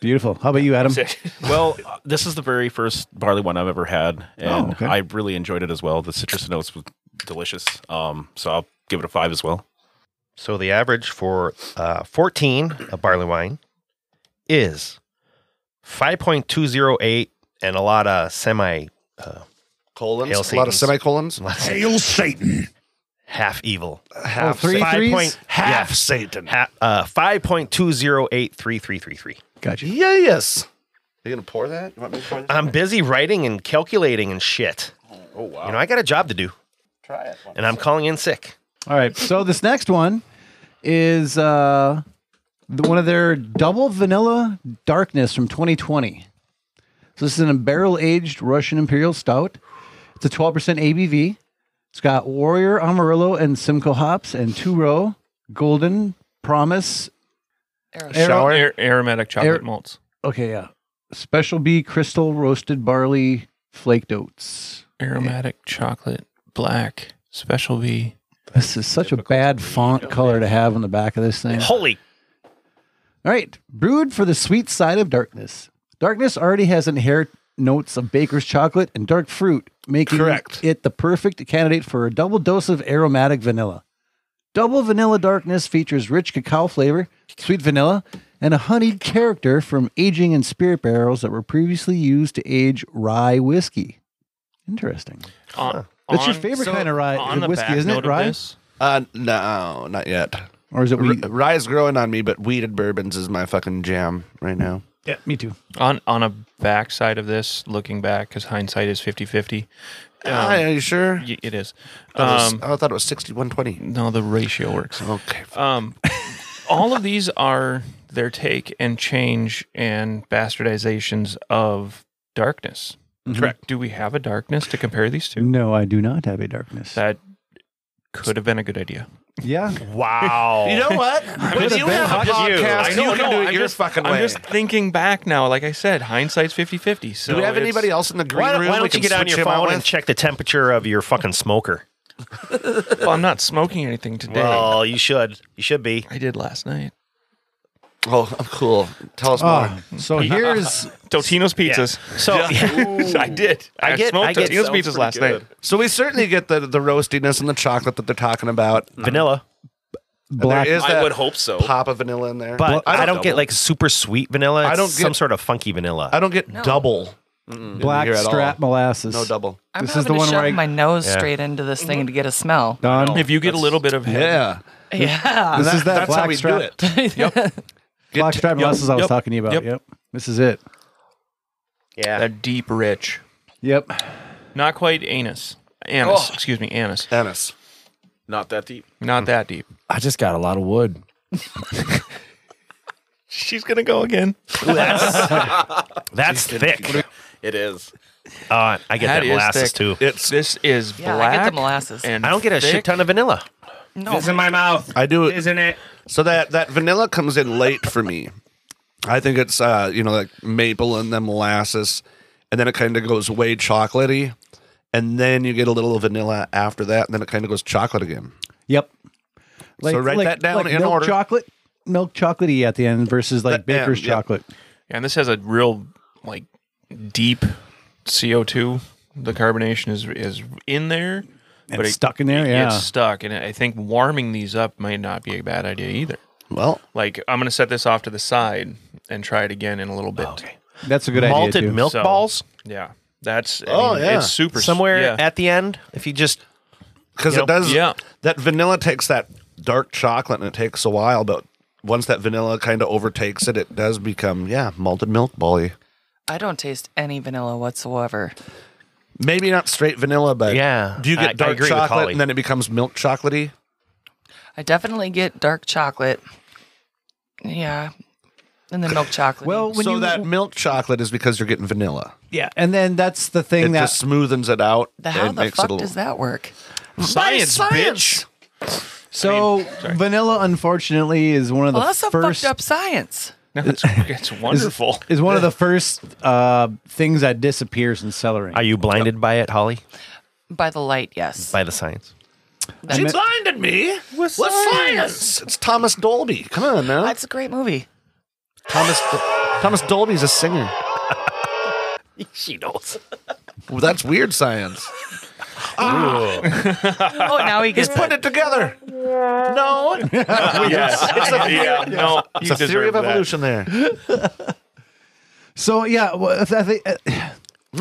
Speaker 11: Beautiful. How about you,
Speaker 9: [LAUGHS]
Speaker 11: Adam?
Speaker 8: Well, uh, this is the very first barley wine I've ever had, and
Speaker 11: Oh, okay.
Speaker 8: I really enjoyed it as well. The citrus notes was delicious. Um, so I'll give it a five as well.
Speaker 7: So the average for uh, 14 of barley wine is 5.208 and a lot of semi, uh,
Speaker 5: Colons.
Speaker 7: Hail
Speaker 5: a lot of
Speaker 7: Satans.
Speaker 5: semicolons. Uh,
Speaker 13: Hail Satan.
Speaker 7: half evil.
Speaker 5: Half,
Speaker 11: three
Speaker 5: Satan.
Speaker 11: threes?
Speaker 5: half Satan.
Speaker 7: Ha- uh, 5.2083333.
Speaker 11: Gotcha.
Speaker 5: Yeah, yes. You gonna pour that? You want me to pour that?
Speaker 7: I'm busy writing and calculating and shit.
Speaker 5: Oh wow.
Speaker 7: You know, I got a job to do,
Speaker 5: Try it.
Speaker 7: and I'm calling in sick.
Speaker 11: All right. So this next one is uh, the, one of their double vanilla darkness from 2020. So this is a barrel aged Russian Imperial Stout. It's a 12% ABV. It's got Warrior Amarillo and Simcoe hops and two row Golden Promise.
Speaker 6: Arrow.
Speaker 11: Arrow-
Speaker 9: Ar- aromatic chocolate
Speaker 11: Air-
Speaker 9: malts.
Speaker 11: okay, yeah. Special B crystal roasted barley flaked oats.
Speaker 9: Aromatic chocolate black. Special V.
Speaker 11: This is such a bad font color to have on the back of this thing.
Speaker 7: Holy
Speaker 11: All right, brewed for the sweet side of darkness. Darkness already has inherent notes of baker's chocolate and dark fruit, making
Speaker 5: Correct.
Speaker 11: it the perfect candidate for a double dose of aromatic vanilla. Double vanilla darkness features rich cacao flavor, sweet vanilla, and a honeyed character from aging in spirit barrels that were previously used to age rye whiskey. Interesting.
Speaker 9: On,
Speaker 11: That's your
Speaker 9: on-
Speaker 11: favorite kind of rye-
Speaker 9: on the
Speaker 11: whiskey,
Speaker 9: back
Speaker 11: isn't it,
Speaker 9: note of
Speaker 11: rye?
Speaker 9: this-
Speaker 5: Uh, no, not yet.
Speaker 11: Or is it
Speaker 5: R-
Speaker 11: wheat?
Speaker 5: rye is growing on me, but weeded bourbons is my fucking jam right now.
Speaker 11: Yeah, me too.
Speaker 9: on on a backside of this, looking back, because hindsight is 50 50.
Speaker 11: Ah,
Speaker 5: Hi, are you sure?
Speaker 9: It is.
Speaker 5: I, thought it
Speaker 9: Um,
Speaker 5: was, I thought it was sixty-one twenty.
Speaker 9: no, the ratio
Speaker 11: [LAUGHS]
Speaker 9: works.
Speaker 5: Okay.
Speaker 9: Um, all of these are their take and change and bastardizations of darkness.
Speaker 11: Mm-hmm.
Speaker 9: Correct. Do we have a darkness to compare these to?
Speaker 11: No, I do not have a darkness.
Speaker 9: That could have been a good idea.
Speaker 11: yeah.
Speaker 7: [LAUGHS] wow!
Speaker 5: You know what? [LAUGHS] When
Speaker 7: just-
Speaker 5: you have
Speaker 7: Fuck
Speaker 5: a
Speaker 7: you.
Speaker 5: podcast,
Speaker 7: I
Speaker 5: you can do it
Speaker 9: I'm
Speaker 5: your
Speaker 9: just,
Speaker 5: fucking
Speaker 9: I'm
Speaker 5: way.
Speaker 9: just thinking back now. Like I said, hindsight's 50 50. So
Speaker 5: do we have
Speaker 9: it's-
Speaker 5: anybody else in the green
Speaker 7: why, don't-
Speaker 5: room?
Speaker 7: why
Speaker 5: we
Speaker 7: don't you
Speaker 5: can
Speaker 7: get on
Speaker 5: switch
Speaker 7: your
Speaker 5: him out
Speaker 7: phone
Speaker 5: with?
Speaker 7: and check the temperature of your fucking smoker?
Speaker 9: Well, I'm not smoking anything today.
Speaker 7: Well, you should. You should be.
Speaker 9: I did last night.
Speaker 5: Oh, I'm cool. Tell us more.
Speaker 11: Oh,
Speaker 5: [LAUGHS]
Speaker 11: so here's
Speaker 9: Totino's pizzas.
Speaker 7: So
Speaker 9: I did. I,
Speaker 7: get-
Speaker 9: smoked
Speaker 7: I get-
Speaker 9: Totino's
Speaker 7: sounds
Speaker 9: pizzas last night.
Speaker 5: So we certainly get the the roastiness and the chocolate that they're talking about.
Speaker 7: vanilla,
Speaker 11: black.
Speaker 5: There is that
Speaker 8: I would hope so.
Speaker 5: pop of vanilla in there,
Speaker 7: but I don't,
Speaker 8: double.
Speaker 7: get like super sweet vanilla.
Speaker 5: I
Speaker 7: I
Speaker 5: don't
Speaker 7: don't
Speaker 5: get-
Speaker 7: some sort of funky vanilla.
Speaker 5: I don't get double.
Speaker 11: black
Speaker 5: here at all.
Speaker 11: strap molasses.
Speaker 5: No double.
Speaker 6: I'm
Speaker 11: This is
Speaker 6: having
Speaker 11: the
Speaker 6: to
Speaker 11: one where
Speaker 6: shove
Speaker 11: I-
Speaker 6: my nose
Speaker 7: Yeah.
Speaker 6: straight into this thing to get a smell.
Speaker 11: Done.
Speaker 9: If you get a little bit of head,
Speaker 5: Yeah,
Speaker 6: Yeah.
Speaker 11: This [LAUGHS] is that
Speaker 5: that's how
Speaker 11: black
Speaker 5: we
Speaker 11: strap.
Speaker 5: do it.
Speaker 11: Black strap molasses I was
Speaker 9: yep,
Speaker 11: talking to you about. Yep.
Speaker 9: yep.
Speaker 11: This is it.
Speaker 7: yeah.
Speaker 9: that deep, rich,
Speaker 11: Yep.
Speaker 9: not quite anus, anus.
Speaker 7: Oh.
Speaker 9: Excuse me, anus.
Speaker 5: Dennis.
Speaker 8: Not that deep.
Speaker 9: Not that deep.
Speaker 14: I just got a lot of wood.
Speaker 9: She's gonna go again.
Speaker 7: That's thick.
Speaker 8: It is.
Speaker 7: Uh, I get that,
Speaker 9: That is
Speaker 7: molasses
Speaker 9: thick.
Speaker 7: too.
Speaker 5: It's
Speaker 9: This is
Speaker 6: Yeah,
Speaker 9: black.
Speaker 6: I get the molasses.
Speaker 9: And
Speaker 7: I don't get a
Speaker 9: thick.
Speaker 7: shit ton of vanilla.
Speaker 6: [LAUGHS] no,
Speaker 15: in my mouth,
Speaker 5: I do it.
Speaker 15: isn't it?
Speaker 5: So that that vanilla comes in late for me. I think it's uh, you know like maple and then molasses, and then it kind of goes way chocolatey, and then you get a little vanilla after that, and then it kind of goes chocolate again.
Speaker 11: Yep. Like,
Speaker 5: write that down in
Speaker 11: milk
Speaker 5: order.
Speaker 11: Chocolate, milk chocolatey at the end versus like
Speaker 5: That- yeah,
Speaker 11: baker's
Speaker 5: yep.
Speaker 11: chocolate.
Speaker 9: Yeah, and this has a real like deep CO two. The carbonation is is in there,
Speaker 11: It's stuck in there,
Speaker 9: it-
Speaker 11: yeah.
Speaker 9: it's stuck. And I think warming these up might not be a bad idea either.
Speaker 5: Well,
Speaker 9: Like I'm gonna set this off to the side and try it again in a little bit.
Speaker 11: That's a good idea.
Speaker 7: Malted
Speaker 11: too.
Speaker 7: milk
Speaker 9: So-
Speaker 7: balls
Speaker 9: Yeah, that's
Speaker 5: Oh,
Speaker 9: oh
Speaker 5: yeah.
Speaker 9: it's super s-
Speaker 7: somewhere
Speaker 9: yeah.
Speaker 7: at the end. If you just
Speaker 5: because
Speaker 7: You know,
Speaker 5: it does.
Speaker 9: yeah.
Speaker 5: That vanilla takes that dark chocolate, and it takes a while, but once that vanilla kind of overtakes it, it does become yeah malted milk bally.
Speaker 6: I don't taste any vanilla whatsoever.
Speaker 5: Maybe not straight vanilla, but
Speaker 7: Yeah,
Speaker 5: Do you
Speaker 7: I-
Speaker 5: get
Speaker 7: I
Speaker 5: dark
Speaker 7: agree with
Speaker 5: chocolate
Speaker 7: Holly.
Speaker 5: and then it becomes milk chocolatey?
Speaker 6: I definitely get dark chocolate. Yeah. And then milk chocolate.
Speaker 11: Well, when
Speaker 5: so
Speaker 11: you
Speaker 5: that milk chocolate is because you're getting vanilla.
Speaker 11: yeah, and then that's the thing
Speaker 5: it
Speaker 11: that
Speaker 5: just smoothens it out.
Speaker 6: the, how
Speaker 5: and
Speaker 6: the
Speaker 5: makes
Speaker 6: fuck
Speaker 5: it a little,
Speaker 6: does that work?
Speaker 9: science, bitch.
Speaker 11: so vanilla unfortunately is one of the
Speaker 6: Well, Oh, that's some
Speaker 11: first
Speaker 6: fucked up science.
Speaker 9: [LAUGHS] No, it's,
Speaker 11: [LAUGHS]
Speaker 9: it's wonderful.
Speaker 11: is one
Speaker 5: [LAUGHS]
Speaker 11: of the first uh, things that disappears in celery.
Speaker 7: are you blinded by it, Holly?
Speaker 6: By the light, yes.
Speaker 7: By the science?
Speaker 5: She blinded me with science. It's Thomas Dolby. Come on now.
Speaker 6: That's a great
Speaker 7: [LAUGHS]
Speaker 6: movie.
Speaker 5: Thomas [LAUGHS] Thomas Dolby's a [LAUGHS] singer.
Speaker 7: She knows.
Speaker 5: Well, that's weird science.
Speaker 6: Oh, now he gets
Speaker 5: Put it together. No, it's
Speaker 9: yes. yeah. No, you
Speaker 5: a theory
Speaker 9: deserve
Speaker 5: of
Speaker 9: that.
Speaker 5: evolution there.
Speaker 11: So yeah, well, I think, uh,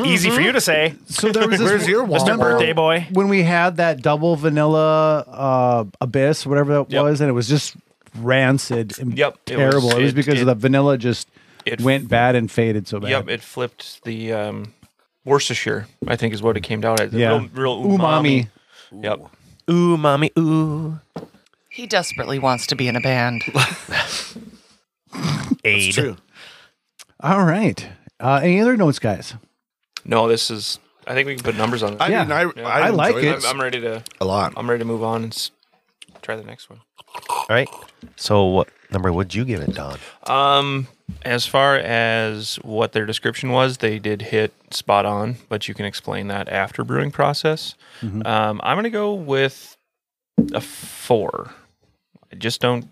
Speaker 7: Easy for you to say,
Speaker 11: so there was this
Speaker 5: Where's your
Speaker 11: Mr.
Speaker 5: Walmart?
Speaker 7: birthday boy.
Speaker 11: when we had that double vanilla uh, abyss, whatever that was, and it was just rancid and
Speaker 9: Yep, it was-
Speaker 11: terrible. It was,
Speaker 9: it-
Speaker 11: because
Speaker 9: it-
Speaker 11: the vanilla just
Speaker 9: it-
Speaker 11: went bad and faded so bad.
Speaker 9: Yep, it flipped the um, Worcestershire. I think is what it came down at.
Speaker 11: Yeah.
Speaker 9: real, real
Speaker 11: Umami.
Speaker 9: umami. Yep.
Speaker 7: Ooh, mommy, ooh.
Speaker 6: He desperately wants to be in a band.
Speaker 7: Aid.
Speaker 5: True.
Speaker 11: All right. Uh, any other notes, guys?
Speaker 9: No, this is. I think we can put numbers on. It.
Speaker 5: I
Speaker 11: Yeah.
Speaker 5: mean, I, I,
Speaker 11: I like
Speaker 5: enjoy
Speaker 11: it.
Speaker 5: this
Speaker 9: I'm ready to.
Speaker 5: a lot.
Speaker 9: I'm ready to move on and s- try the next one.
Speaker 7: All right. So what number would you give it, Don?
Speaker 9: Um, as far as what their description was, they did hit spot on, but you can explain that after brewing process.
Speaker 5: Mm-hmm.
Speaker 9: Um, I'm gonna go with a four. I just don't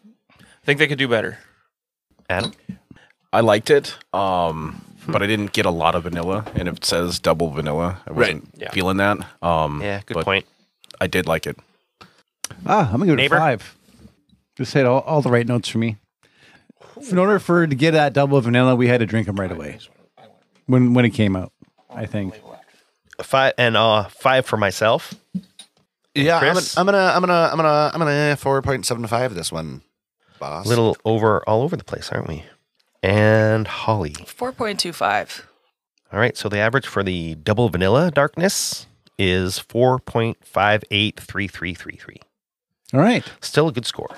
Speaker 9: think they could do better.
Speaker 7: Adam.
Speaker 8: I liked it, um, but I didn't get a lot of vanilla. And if it says double vanilla, I wasn't
Speaker 9: Yeah.
Speaker 8: feeling that. Um,
Speaker 7: Yeah, good
Speaker 8: but
Speaker 7: point.
Speaker 8: I did like it.
Speaker 11: Ah, I'm gonna give it
Speaker 7: Neighbor?
Speaker 11: a five. Just hit all, all the right notes for me. In order for to get that double vanilla, we had to drink them right away when when it came out. I think.
Speaker 7: Five and uh five for myself.
Speaker 5: Yeah, I'm,
Speaker 7: Chris?
Speaker 5: I'm gonna, I'm gonna, I'm gonna, I'm gonna four point seven five this one, boss.
Speaker 7: little over all over the place, aren't we? And Holly.
Speaker 6: 4.25.
Speaker 7: All right, so the average for the double vanilla darkness is 4.583333.
Speaker 11: All right.
Speaker 7: Still a good score.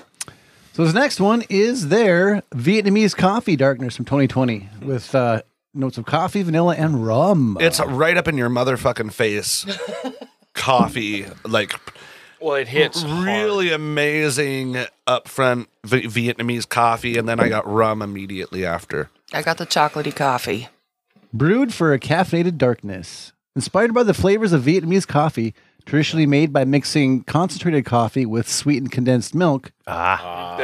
Speaker 11: So this next one is their Vietnamese coffee darkness from 2020 with uh, notes of coffee, vanilla, and rum.
Speaker 5: It's right up in your motherfucking [LAUGHS] face. Coffee, like
Speaker 9: Well, it hits
Speaker 5: really amazing upfront v- Vietnamese coffee, and then I got rum immediately after.
Speaker 6: I got the chocolatey coffee.
Speaker 11: Brewed for a caffeinated darkness. Inspired by the flavors of Vietnamese coffee, traditionally made by mixing concentrated coffee with sweetened condensed milk.
Speaker 7: Ah,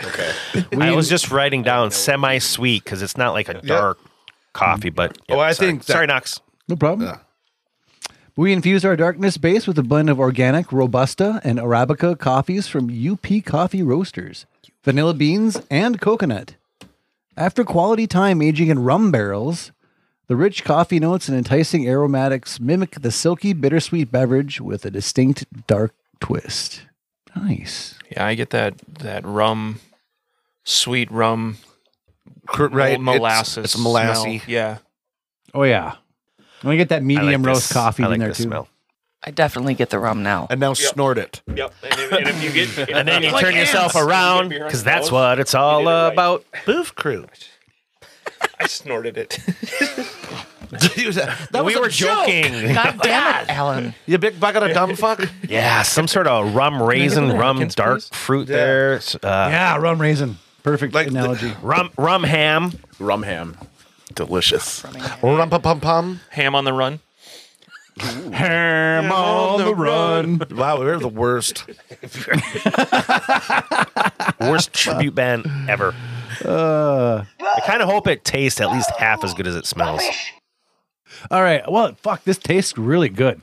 Speaker 8: Okay.
Speaker 7: I was just writing down semi-sweet because it's not like a dark coffee, but
Speaker 5: Oh, I
Speaker 7: sorry.
Speaker 5: think that-
Speaker 7: sorry, Knox.
Speaker 11: No problem. We infuse our darkness base with a blend of organic Robusta and Arabica coffees from UP Coffee Roasters, vanilla beans, and coconut. After quality time aging in rum barrels, the rich coffee notes and enticing aromatics mimic the silky, bittersweet beverage with a distinct dark twist. Nice.
Speaker 9: Yeah, I get that that rum, sweet rum,
Speaker 5: Cor- right,
Speaker 9: old molasses.
Speaker 5: It's, it's
Speaker 9: smell.
Speaker 5: molassy.
Speaker 9: Yeah,
Speaker 11: Oh, yeah. I'm going to get that
Speaker 7: I like
Speaker 11: medium roast
Speaker 7: this.
Speaker 11: coffee
Speaker 7: I
Speaker 11: in
Speaker 7: like
Speaker 11: there,
Speaker 7: this
Speaker 11: too.
Speaker 7: smell.
Speaker 6: I definitely get the rum now.
Speaker 5: And now snort it. [LAUGHS]
Speaker 8: And if you get,
Speaker 7: And then you
Speaker 8: Like
Speaker 7: turn yourself
Speaker 8: ants.
Speaker 7: around
Speaker 8: You get behind
Speaker 7: because
Speaker 8: the
Speaker 7: that's
Speaker 8: nose.
Speaker 7: what it's all
Speaker 8: You did it right.
Speaker 7: about.
Speaker 5: Boof crew.
Speaker 9: I snorted it.
Speaker 5: that was
Speaker 7: we
Speaker 5: a
Speaker 7: were
Speaker 5: joke.
Speaker 7: joking.
Speaker 6: [LAUGHS] God damn
Speaker 7: [LAUGHS]
Speaker 6: it, Alan.
Speaker 5: You big bucket of
Speaker 11: [LAUGHS]
Speaker 5: dumb fuck.
Speaker 7: yeah, some sort of rum raisin, rum dark fruit there. s- Uh,
Speaker 11: Yeah, rum raisin. Perfect
Speaker 5: Like the-
Speaker 11: analogy.
Speaker 7: [LAUGHS] Rum rum ham.
Speaker 8: rum ham,
Speaker 5: [LAUGHS]
Speaker 8: delicious.
Speaker 5: Rum pum pum pum.
Speaker 9: [LAUGHS] Ham on the run.
Speaker 11: Ham on the run.
Speaker 5: Wow, we were the worst.
Speaker 7: Worst tribute band ever. I kind of hope it tastes at least half as good as it smells.
Speaker 11: All right. Well, fuck, this tastes really good.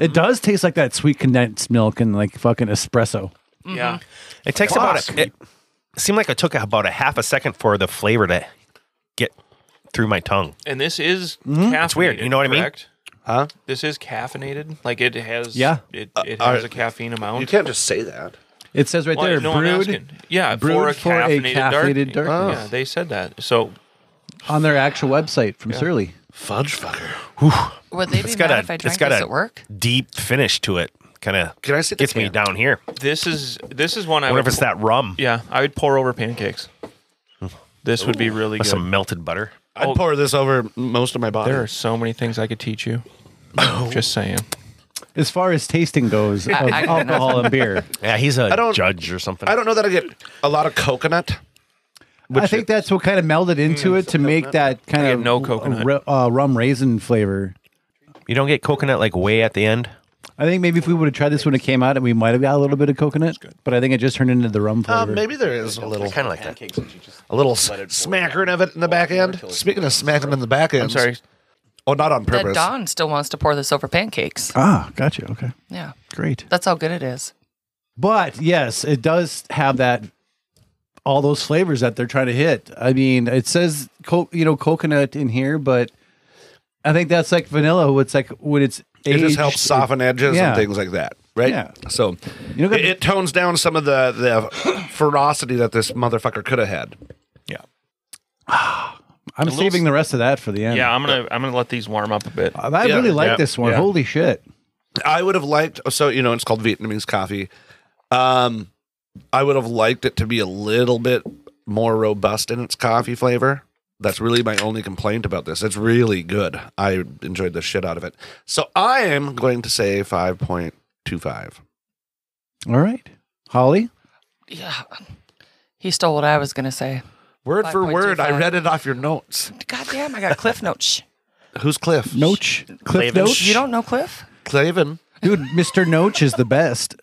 Speaker 11: It does taste like that sweet condensed milk and like fucking espresso.
Speaker 9: Yeah,
Speaker 7: It takes about a, it seemed like it took about a half a second for the flavor to get through my tongue.
Speaker 9: and this is caffeinated. It's
Speaker 7: weird, you know what I mean?
Speaker 5: Huh?
Speaker 9: This is caffeinated. Like it has.
Speaker 11: Yeah.
Speaker 9: It, it has
Speaker 5: uh,
Speaker 9: a caffeine amount.
Speaker 5: You can't just say that.
Speaker 11: It says right
Speaker 9: Well,
Speaker 11: there,
Speaker 9: no, I'm
Speaker 11: brewed
Speaker 9: asking. Yeah, for a
Speaker 11: brewed for a
Speaker 9: caffeinated,
Speaker 11: caffeinated
Speaker 9: dark.
Speaker 11: dark.
Speaker 9: Yeah, they said that. So
Speaker 11: on their actual website from Surly.
Speaker 5: Fudge fucker.
Speaker 6: Would they be
Speaker 7: got
Speaker 6: mad
Speaker 7: a-
Speaker 6: if I
Speaker 7: it's
Speaker 6: drank
Speaker 7: got
Speaker 6: this
Speaker 7: a-
Speaker 6: at work?
Speaker 7: Deep finish to it, kind of.
Speaker 5: Can I see the
Speaker 7: gets me
Speaker 5: can?
Speaker 7: down here.
Speaker 9: this is this is one I
Speaker 7: I wonder if
Speaker 9: would.
Speaker 7: it's that rum
Speaker 9: Yeah, I would pour over pancakes. This would be really
Speaker 7: with
Speaker 9: good.
Speaker 7: some melted butter.
Speaker 11: Oh.
Speaker 5: I'd pour this over most of my body.
Speaker 9: There are so many things I could teach you. Just saying.
Speaker 11: As far as tasting goes of alcohol
Speaker 9: [LAUGHS]
Speaker 11: and beer,
Speaker 7: Yeah, he's a
Speaker 5: don't-
Speaker 7: judge or something.
Speaker 5: I don't know that I get a lot of coconut.
Speaker 11: I think that's what kind of melded
Speaker 9: Mm,
Speaker 11: into it to make that kind
Speaker 9: I
Speaker 11: of
Speaker 9: get no
Speaker 11: r-
Speaker 9: coconut.
Speaker 11: r- uh, rum raisin flavor.
Speaker 7: you don't get coconut like way at the end.
Speaker 11: I think maybe if we would have tried this when it came out, and we might have got a little bit of coconut, but I think it just turned into the rum
Speaker 5: Uh,
Speaker 11: flavor.
Speaker 5: maybe there is a little,
Speaker 7: Kind of like that.
Speaker 5: a little s- smackering of it in the back end. Speaking of smacking in the back end,
Speaker 9: I'm sorry.
Speaker 5: Oh, not on
Speaker 6: That
Speaker 5: purpose.
Speaker 6: Don still wants to pour this over pancakes.
Speaker 11: Ah, gotcha. Okay,
Speaker 6: Yeah,
Speaker 11: great.
Speaker 6: that's how good it is.
Speaker 11: But yes, it does have that all those flavors that they're trying to hit. I mean, it says co- you know coconut in here, but I think that's like vanilla. It's like when it's
Speaker 5: it
Speaker 11: aged,
Speaker 5: just helps soften edges
Speaker 11: yeah.
Speaker 5: and things like that, right?
Speaker 11: Yeah.
Speaker 5: So
Speaker 11: You know,
Speaker 5: it, it tones down some of the the ferocity that this motherfucker could have had.
Speaker 11: I'm saving the rest of that for the end.
Speaker 9: Yeah, I'm gonna I'm gonna let these warm up a bit.
Speaker 11: I I
Speaker 5: Yeah,
Speaker 11: really like
Speaker 5: yeah,
Speaker 11: this one.
Speaker 5: yeah.
Speaker 11: Holy shit!
Speaker 5: I would have liked. So you know, it's called Vietnamese coffee. Um, I would have liked it to be a little bit more robust in its coffee flavor. That's really my only complaint about this. It's really good. I enjoyed the shit out of it. So I am going to say five point two five.
Speaker 11: All right, Holly.
Speaker 6: Yeah, he stole what I was gonna say.
Speaker 5: Word for word, I
Speaker 6: 5.25.
Speaker 5: read it off your notes.
Speaker 6: God damn, I got Cliff Notes. Shh.
Speaker 5: Who's Cliff?
Speaker 11: Noach, Cliff
Speaker 7: Clavin.
Speaker 11: Noach,
Speaker 6: You don't know Cliff?
Speaker 5: Clavin,
Speaker 11: dude. Mister Noach is the best.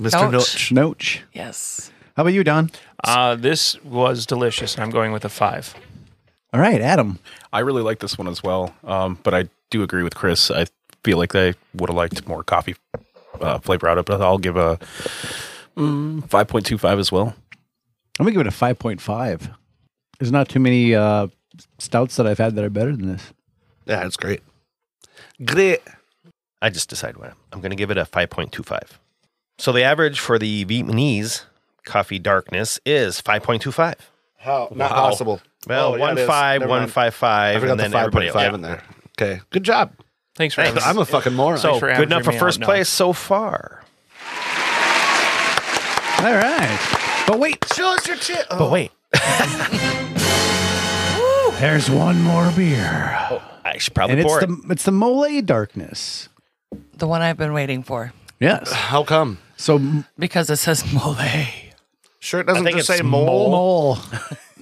Speaker 5: Mr.
Speaker 6: Noach.
Speaker 5: Noach.
Speaker 11: Noach.
Speaker 6: Yes.
Speaker 11: How about you, Don?
Speaker 9: Uh, this was delicious, and I'm going with a five.
Speaker 11: All right, Adam.
Speaker 8: I really like this one as well, um, but I do agree with Chris. I feel like they would have liked more coffee uh, flavor out of it, but I'll give a mm, 5.25 as well.
Speaker 11: I'm gonna give it a 5.5. There's not too many uh, stouts that I've had that are better than this.
Speaker 5: Yeah, it's great. Great.
Speaker 7: I just decide what I'm, going to give it a 5.25. So the average for the Vietnamese coffee darkness is 5.25.
Speaker 5: How? Not
Speaker 7: Wow.
Speaker 5: possible.
Speaker 7: Well,
Speaker 5: Oh, yeah,
Speaker 7: one
Speaker 5: it is.
Speaker 7: five,
Speaker 5: Never
Speaker 7: one
Speaker 5: mind.
Speaker 7: five five,
Speaker 5: I forgot
Speaker 7: and
Speaker 5: the
Speaker 7: then
Speaker 5: five
Speaker 7: everybody
Speaker 5: point
Speaker 7: else.
Speaker 5: five in there. Okay, good job.
Speaker 9: Thanks for having
Speaker 5: I'm a fucking moron.
Speaker 7: So
Speaker 9: for
Speaker 7: good
Speaker 9: averaging
Speaker 7: enough for
Speaker 9: me
Speaker 7: first
Speaker 9: out, Don.
Speaker 7: place so far.
Speaker 11: All right. But wait,
Speaker 5: show us your oh. chit. [LAUGHS]
Speaker 7: But wait,
Speaker 11: there's one more beer.
Speaker 7: I should probably
Speaker 11: And it's
Speaker 7: pour it.
Speaker 11: the it's the mole darkness.
Speaker 6: The one I've been waiting for
Speaker 11: Yes.
Speaker 5: How come?
Speaker 11: So m-
Speaker 6: because it says mole.
Speaker 5: Sure, it doesn't
Speaker 7: think
Speaker 5: just
Speaker 7: it's
Speaker 5: say mole.
Speaker 11: mole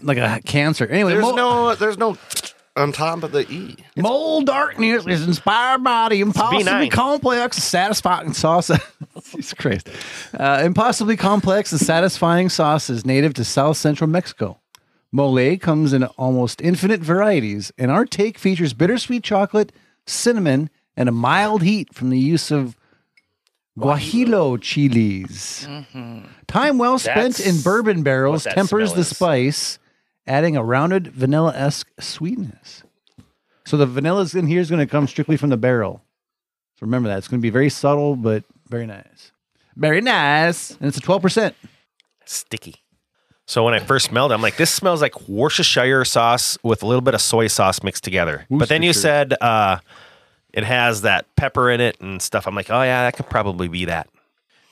Speaker 11: like a cancer. Anyway,
Speaker 5: There's
Speaker 11: mole-
Speaker 5: no. There's no. on top of the E.
Speaker 11: Mole darkness is inspired by the impossibly
Speaker 7: B9.
Speaker 11: complex, satisfying sauce. [LAUGHS] Jesus Christ. Uh, impossibly complex and satisfying sauce is native to south central Mexico. Mole comes in almost infinite varieties, and our take features bittersweet chocolate, cinnamon, and a mild heat from the use of guajillo chilies. Time well spent in
Speaker 7: Mm-hmm. That's
Speaker 11: bourbon barrels
Speaker 7: what that
Speaker 11: tempers
Speaker 7: smell
Speaker 11: the
Speaker 7: is.
Speaker 11: spice, adding a rounded vanilla esque sweetness. So the vanilla's in here is going to come strictly from the barrel. So remember that. It's going to be very subtle, but very nice. Very nice. And it's a 12%.
Speaker 7: sticky. So when I first smelled it, I'm like, this smells like Worcestershire sauce with a little bit of soy sauce mixed together. But then you said uh, it has that pepper in it and stuff. I'm like, oh yeah, that could probably be that.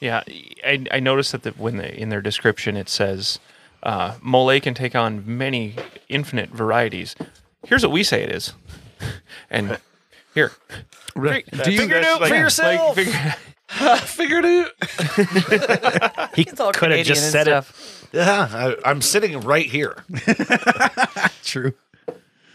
Speaker 9: Yeah, I, I noticed that the, when they, in their description it says uh, mole can take on many infinite varieties. Here's what we say it is, [LAUGHS] and here,
Speaker 5: Right.
Speaker 9: Do you-
Speaker 7: Figure it out for yourself.
Speaker 9: figure,
Speaker 7: he
Speaker 6: all
Speaker 7: could have
Speaker 6: Canadian
Speaker 7: just
Speaker 6: and
Speaker 7: said it.
Speaker 6: stuff.
Speaker 5: Yeah, I, I'm sitting right here.
Speaker 11: True.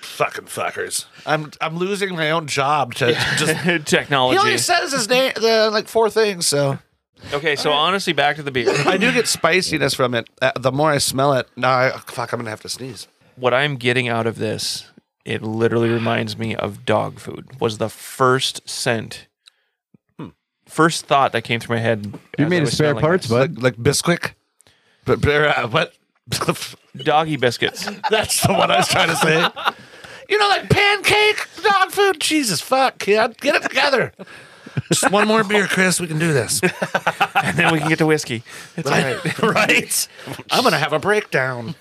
Speaker 5: Fucking fuckers. I'm I'm losing my own job to
Speaker 9: [LAUGHS]
Speaker 5: [LAUGHS] just. He
Speaker 9: technology.
Speaker 5: only says his name the, like four things, so
Speaker 9: [LAUGHS] Okay, so honestly, back to the beer.
Speaker 5: I do get spiciness from it. Uh, the more I smell it, no, I, oh, fuck, I'm gonna have to sneeze.
Speaker 9: what I'm getting out of this, it literally reminds me of dog food. Was the first scent, first thought that came through my head. as
Speaker 11: You
Speaker 9: I
Speaker 11: made
Speaker 9: was
Speaker 11: spare
Speaker 9: smelling
Speaker 11: parts,
Speaker 9: this.
Speaker 11: bud.
Speaker 5: Like like Bisquick, but but, uh, what? [LAUGHS] That's
Speaker 9: doggy biscuits.
Speaker 5: the one I was trying to say. You know, like pancake dog food. Jesus fuck, kid, get it together. Just one more beer, Chris. We can do [LAUGHS] this,
Speaker 9: and then we can get to whiskey. It's all right.
Speaker 5: right? [LAUGHS] I'm gonna have a breakdown.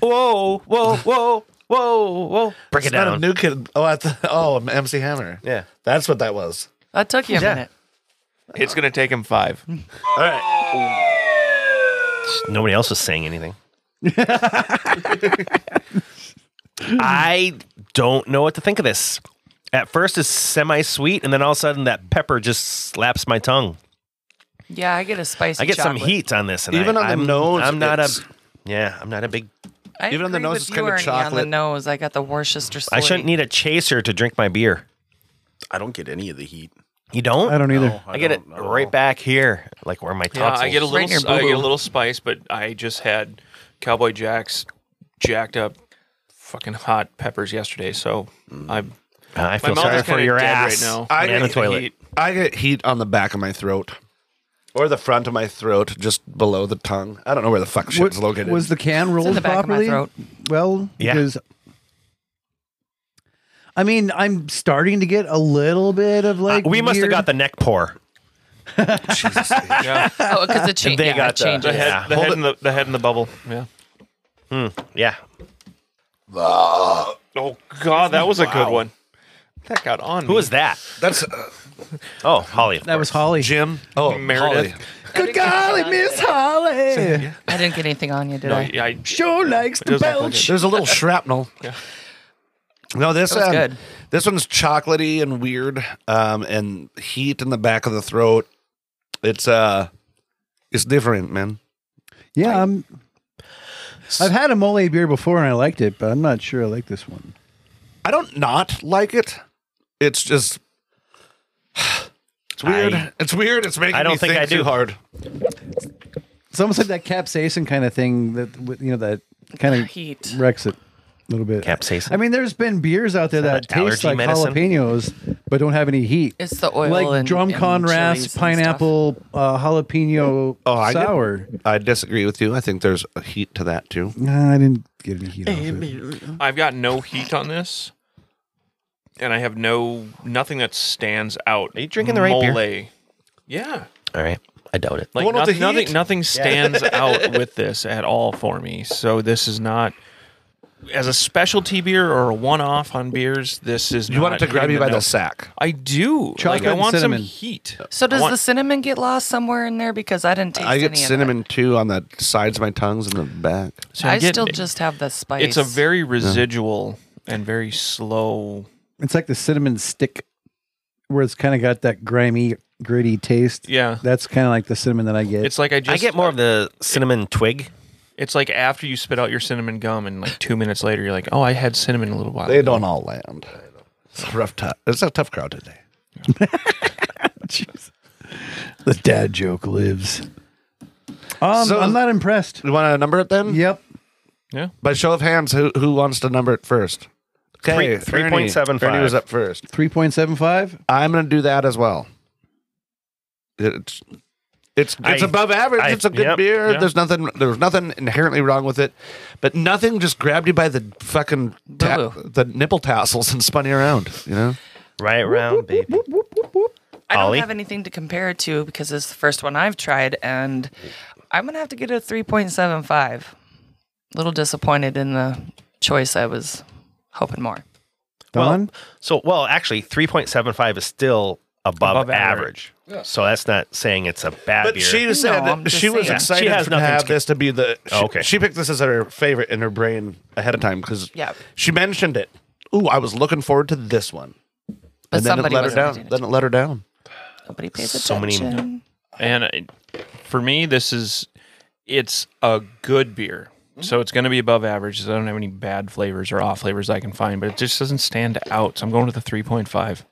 Speaker 7: Whoa, whoa, whoa, whoa, whoa. Break it
Speaker 5: It's not a
Speaker 7: down.
Speaker 5: new kid. Oh, I th- [LAUGHS] oh, MC Hammer.
Speaker 7: Yeah.
Speaker 5: that's what that was.
Speaker 6: That Uh, took you a minute.
Speaker 9: It's gonna take him five.
Speaker 5: All right.
Speaker 7: Nobody else was saying [LAUGHS] anything. I don't know what to think of this. At first, it's semi sweet, and then all of a sudden, that pepper just slaps my tongue.
Speaker 6: Yeah, I get a spicy.
Speaker 7: I get some
Speaker 6: chocolate.
Speaker 7: heat on this, and
Speaker 5: Even
Speaker 7: I,
Speaker 5: on the
Speaker 7: I'm,
Speaker 5: nose,
Speaker 7: I'm not
Speaker 5: it's-
Speaker 7: a. Yeah, I'm not a big.
Speaker 6: I
Speaker 5: Even on the
Speaker 6: agree
Speaker 5: nose,
Speaker 6: with
Speaker 5: it's
Speaker 6: you,
Speaker 5: kind of
Speaker 6: Ernie, On
Speaker 5: chocolate.
Speaker 6: the nose, I got the Worcester.
Speaker 7: I shouldn't need a chaser to drink my beer.
Speaker 8: I don't get any of the heat.
Speaker 7: You don't?
Speaker 11: I don't either.
Speaker 7: Oh, I, get it
Speaker 8: don't know.
Speaker 7: right back here, like where my
Speaker 9: Yeah,
Speaker 7: tonsils.
Speaker 9: I get a
Speaker 6: Right
Speaker 9: little.
Speaker 6: near
Speaker 9: s- I get a
Speaker 6: boo-boo.
Speaker 9: little spice, but I just had Cowboy Jack's jacked up, fucking hot peppers yesterday. So I'm.
Speaker 7: Mm. I
Speaker 9: My
Speaker 7: feel
Speaker 9: mouth
Speaker 7: sorry
Speaker 9: is
Speaker 7: for
Speaker 9: kind of
Speaker 7: your
Speaker 9: dead
Speaker 7: ass.
Speaker 9: right now.
Speaker 5: I
Speaker 7: and the
Speaker 5: get
Speaker 7: toilet.
Speaker 9: heat.
Speaker 5: I get heat on the back of my throat, or the front of my throat, just below the tongue. I don't know where the fuck shit's
Speaker 11: What-
Speaker 5: located.
Speaker 11: Was the can rolled
Speaker 6: the back of my
Speaker 11: properly?
Speaker 6: throat.
Speaker 11: Well,
Speaker 7: Yeah.
Speaker 11: because I mean, I'm starting to get a little bit of like.
Speaker 7: Uh, we must have
Speaker 11: weird-
Speaker 7: got the neck pour.
Speaker 9: Yeah,
Speaker 6: Oh, because it changed.
Speaker 7: They
Speaker 6: yeah,
Speaker 7: got
Speaker 6: it
Speaker 7: the-
Speaker 6: changes.
Speaker 9: the head,
Speaker 7: Yeah. Hmm.
Speaker 9: the head, in the, the head in the bubble. Yeah.
Speaker 7: Yeah.
Speaker 9: Oh God, that was a good one. That got on.
Speaker 7: Who was that?
Speaker 5: That's uh,
Speaker 7: Oh, Holly. of
Speaker 11: That was
Speaker 7: course.
Speaker 11: Holly.
Speaker 5: Jim. Oh,
Speaker 9: Meredith.
Speaker 5: Holly.
Speaker 11: Good golly, Miss Holly.
Speaker 6: I didn't get anything on you, did
Speaker 9: No,
Speaker 6: I?
Speaker 9: I,
Speaker 11: Sure likes to
Speaker 9: does look like
Speaker 11: belch.
Speaker 5: There's a little
Speaker 7: [LAUGHS]
Speaker 5: shrapnel. No, this
Speaker 6: was
Speaker 5: um,
Speaker 6: good.
Speaker 5: this one's chocolatey and weird, um, and heat in the back of the throat. It's uh, it's different, man.
Speaker 11: Yeah, I'm. I've had a mole beer before and I liked it, but I'm not sure I like this one.
Speaker 5: I don't not like it. It's just. [SIGHS] It's weird.
Speaker 7: I-
Speaker 5: it's weird. It's making
Speaker 7: I don't
Speaker 5: me
Speaker 7: think
Speaker 5: think
Speaker 7: I do.
Speaker 5: too hard.
Speaker 11: It's almost like that capsaicin kind of thing that with- you know that kind of
Speaker 6: Heat.
Speaker 11: wrecks it a little bit.
Speaker 7: Capsaicin.
Speaker 11: I mean, there's been beers out there that,
Speaker 7: that
Speaker 11: taste
Speaker 7: allergy
Speaker 11: like
Speaker 7: medicine?
Speaker 11: jalapenos but don't have any heat.
Speaker 6: It's the oil
Speaker 11: like
Speaker 6: and,
Speaker 11: drum
Speaker 6: and
Speaker 11: con
Speaker 6: chilies
Speaker 11: rasp
Speaker 6: and
Speaker 11: pineapple uh, jalapeno
Speaker 5: Oh, I didn't-
Speaker 11: sour.
Speaker 5: I disagree with you. I think there's a heat to that too.
Speaker 11: Nah, I didn't get any heat off it.
Speaker 9: I've got no heat on this, and I have no nothing that stands out. Are
Speaker 7: you drinking the right beer?
Speaker 9: Yeah,
Speaker 7: All right. I doubt it.
Speaker 9: like
Speaker 5: one with
Speaker 9: nothing,
Speaker 5: the heat?
Speaker 9: nothing, nothing stands out with this at all for me. So this is not as a specialty beer or a one-off on beers. This is
Speaker 5: You wanted to grab you by the sack.
Speaker 9: I do.
Speaker 11: Chocolate
Speaker 9: like, I
Speaker 11: and
Speaker 9: want
Speaker 11: cinnamon.
Speaker 9: some heat.
Speaker 6: stuff. So does
Speaker 9: want-
Speaker 6: the cinnamon get lost somewhere in there? Because I didn't taste
Speaker 5: I get
Speaker 6: any
Speaker 5: cinnamon too on the sides of my tongues and the back.
Speaker 6: Of it.
Speaker 9: So I'm
Speaker 6: I still
Speaker 9: getting-
Speaker 6: just have the spice.
Speaker 9: It's a very residual and very slow.
Speaker 11: It's like the cinnamon stick, where it's kind of got that grimy, gritty taste.
Speaker 9: Yeah,
Speaker 11: That's kind of like the cinnamon that I get.
Speaker 9: it's like I just
Speaker 7: I get more of the cinnamon twig.
Speaker 9: It's like after you spit out your cinnamon gum, and like two minutes later, you're like, "Oh, I had cinnamon a little while."
Speaker 5: They
Speaker 9: ago."
Speaker 5: don't all land. It's a rough time. It's a tough crowd today.
Speaker 11: The dad joke lives. Um,
Speaker 5: So-
Speaker 11: I'm not impressed.
Speaker 5: You want to number it then?
Speaker 11: Yep.
Speaker 5: By show of hands, who who wants to number it first?
Speaker 7: Three-
Speaker 5: Okay,
Speaker 7: 3.75.
Speaker 5: Ernie was up first.
Speaker 11: 3.75.
Speaker 5: I'm going to do that as well. It's it's it's
Speaker 7: I-
Speaker 5: above average.
Speaker 7: I-
Speaker 5: it's a good
Speaker 7: yep,
Speaker 5: beer.
Speaker 9: yeah.
Speaker 5: There's nothing. There's nothing inherently wrong with it, but nothing just grabbed you by the fucking ta-
Speaker 6: Boo-boo.
Speaker 5: the nipple tassels and spun you around. You know.
Speaker 7: Right round, baby.
Speaker 6: I don't
Speaker 7: Ollie?
Speaker 6: have anything to compare it to because it's the first one I've tried, and I'm gonna have to get a 3.75. Little disappointed in the choice. I was hoping more.
Speaker 11: Don?
Speaker 7: So, well, actually, 3.75 is still above,
Speaker 9: Above
Speaker 7: average.
Speaker 9: average.
Speaker 7: So that's not saying it's a bad
Speaker 5: But
Speaker 7: beer. [LAUGHS]
Speaker 5: she
Speaker 6: No,
Speaker 5: said
Speaker 6: I'm
Speaker 5: that
Speaker 6: just
Speaker 5: she was
Speaker 6: saying.
Speaker 5: excited
Speaker 7: She has
Speaker 5: to
Speaker 7: nothing
Speaker 5: have
Speaker 7: to-
Speaker 5: this to be the. She,
Speaker 7: Oh, okay.
Speaker 5: She picked this as her favorite in her brain ahead of time because
Speaker 6: Yeah.
Speaker 5: she mentioned it. Ooh, I was looking forward to this one.
Speaker 6: But
Speaker 5: and then it
Speaker 6: somebody
Speaker 5: let her
Speaker 6: was
Speaker 5: down. Then it let her down.
Speaker 6: Nobody pays
Speaker 7: So many-
Speaker 6: attention.
Speaker 9: And I, for me, this is it's a good beer. So it's going to be above average. 'cause I don't have any bad flavors or off flavors I can find, but it just doesn't stand out. So I'm going with a 3.5.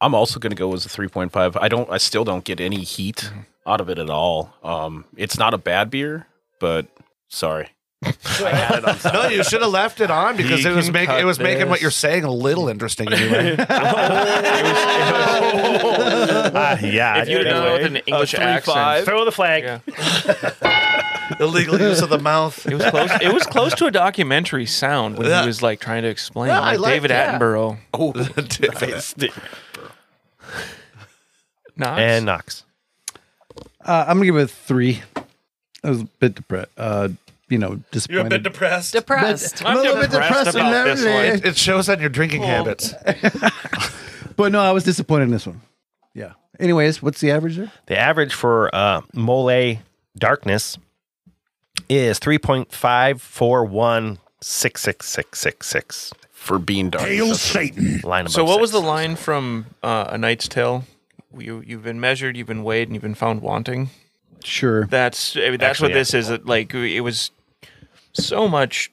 Speaker 8: I'm also going to go with a 3.5. I don't. I still don't get any heat out of it at all. Um, it's not a bad beer, but sorry.
Speaker 5: [LAUGHS] no, you should have left it on because
Speaker 9: You
Speaker 5: it was
Speaker 9: can
Speaker 5: making
Speaker 9: cut
Speaker 5: it was making what
Speaker 9: this.
Speaker 5: you're saying a little interesting [LAUGHS] anyway.
Speaker 7: Ah, yeah.
Speaker 9: If you'd have done it with an English accent,
Speaker 7: Throw the flag.
Speaker 9: Yeah.
Speaker 5: Illegal use of the [LAUGHS] mouth.
Speaker 9: it was close. It was close to a documentary sound when
Speaker 5: Yeah.
Speaker 9: he was like trying to explain,
Speaker 5: Yeah, I
Speaker 9: like
Speaker 5: like
Speaker 9: David
Speaker 5: that.
Speaker 9: Attenborough.
Speaker 5: [LAUGHS]
Speaker 9: Knox.
Speaker 7: And Knox.
Speaker 11: Uh, I'm going to give it a 3. I was a bit depressed. Uh, you know, disappointed.
Speaker 5: depressed.
Speaker 6: Depressed.
Speaker 11: I'm a little bit depressed in
Speaker 9: about this
Speaker 11: everything.
Speaker 5: It shows on your drinking habits.
Speaker 11: But no, I was disappointed in this one. Yeah. Anyways, what's the average there?
Speaker 7: The average for uh, Mole Darkness is 3.5416666.
Speaker 8: For being dark.
Speaker 7: Line above
Speaker 9: so, what was
Speaker 7: six.
Speaker 9: the line from uh, A Knight's Tale? You you've been measured, you've been weighed, and you've been found wanting.
Speaker 11: Sure.
Speaker 9: That's I mean, that's
Speaker 7: Actually,
Speaker 9: what
Speaker 7: yeah.
Speaker 9: this is. It, Like it was so much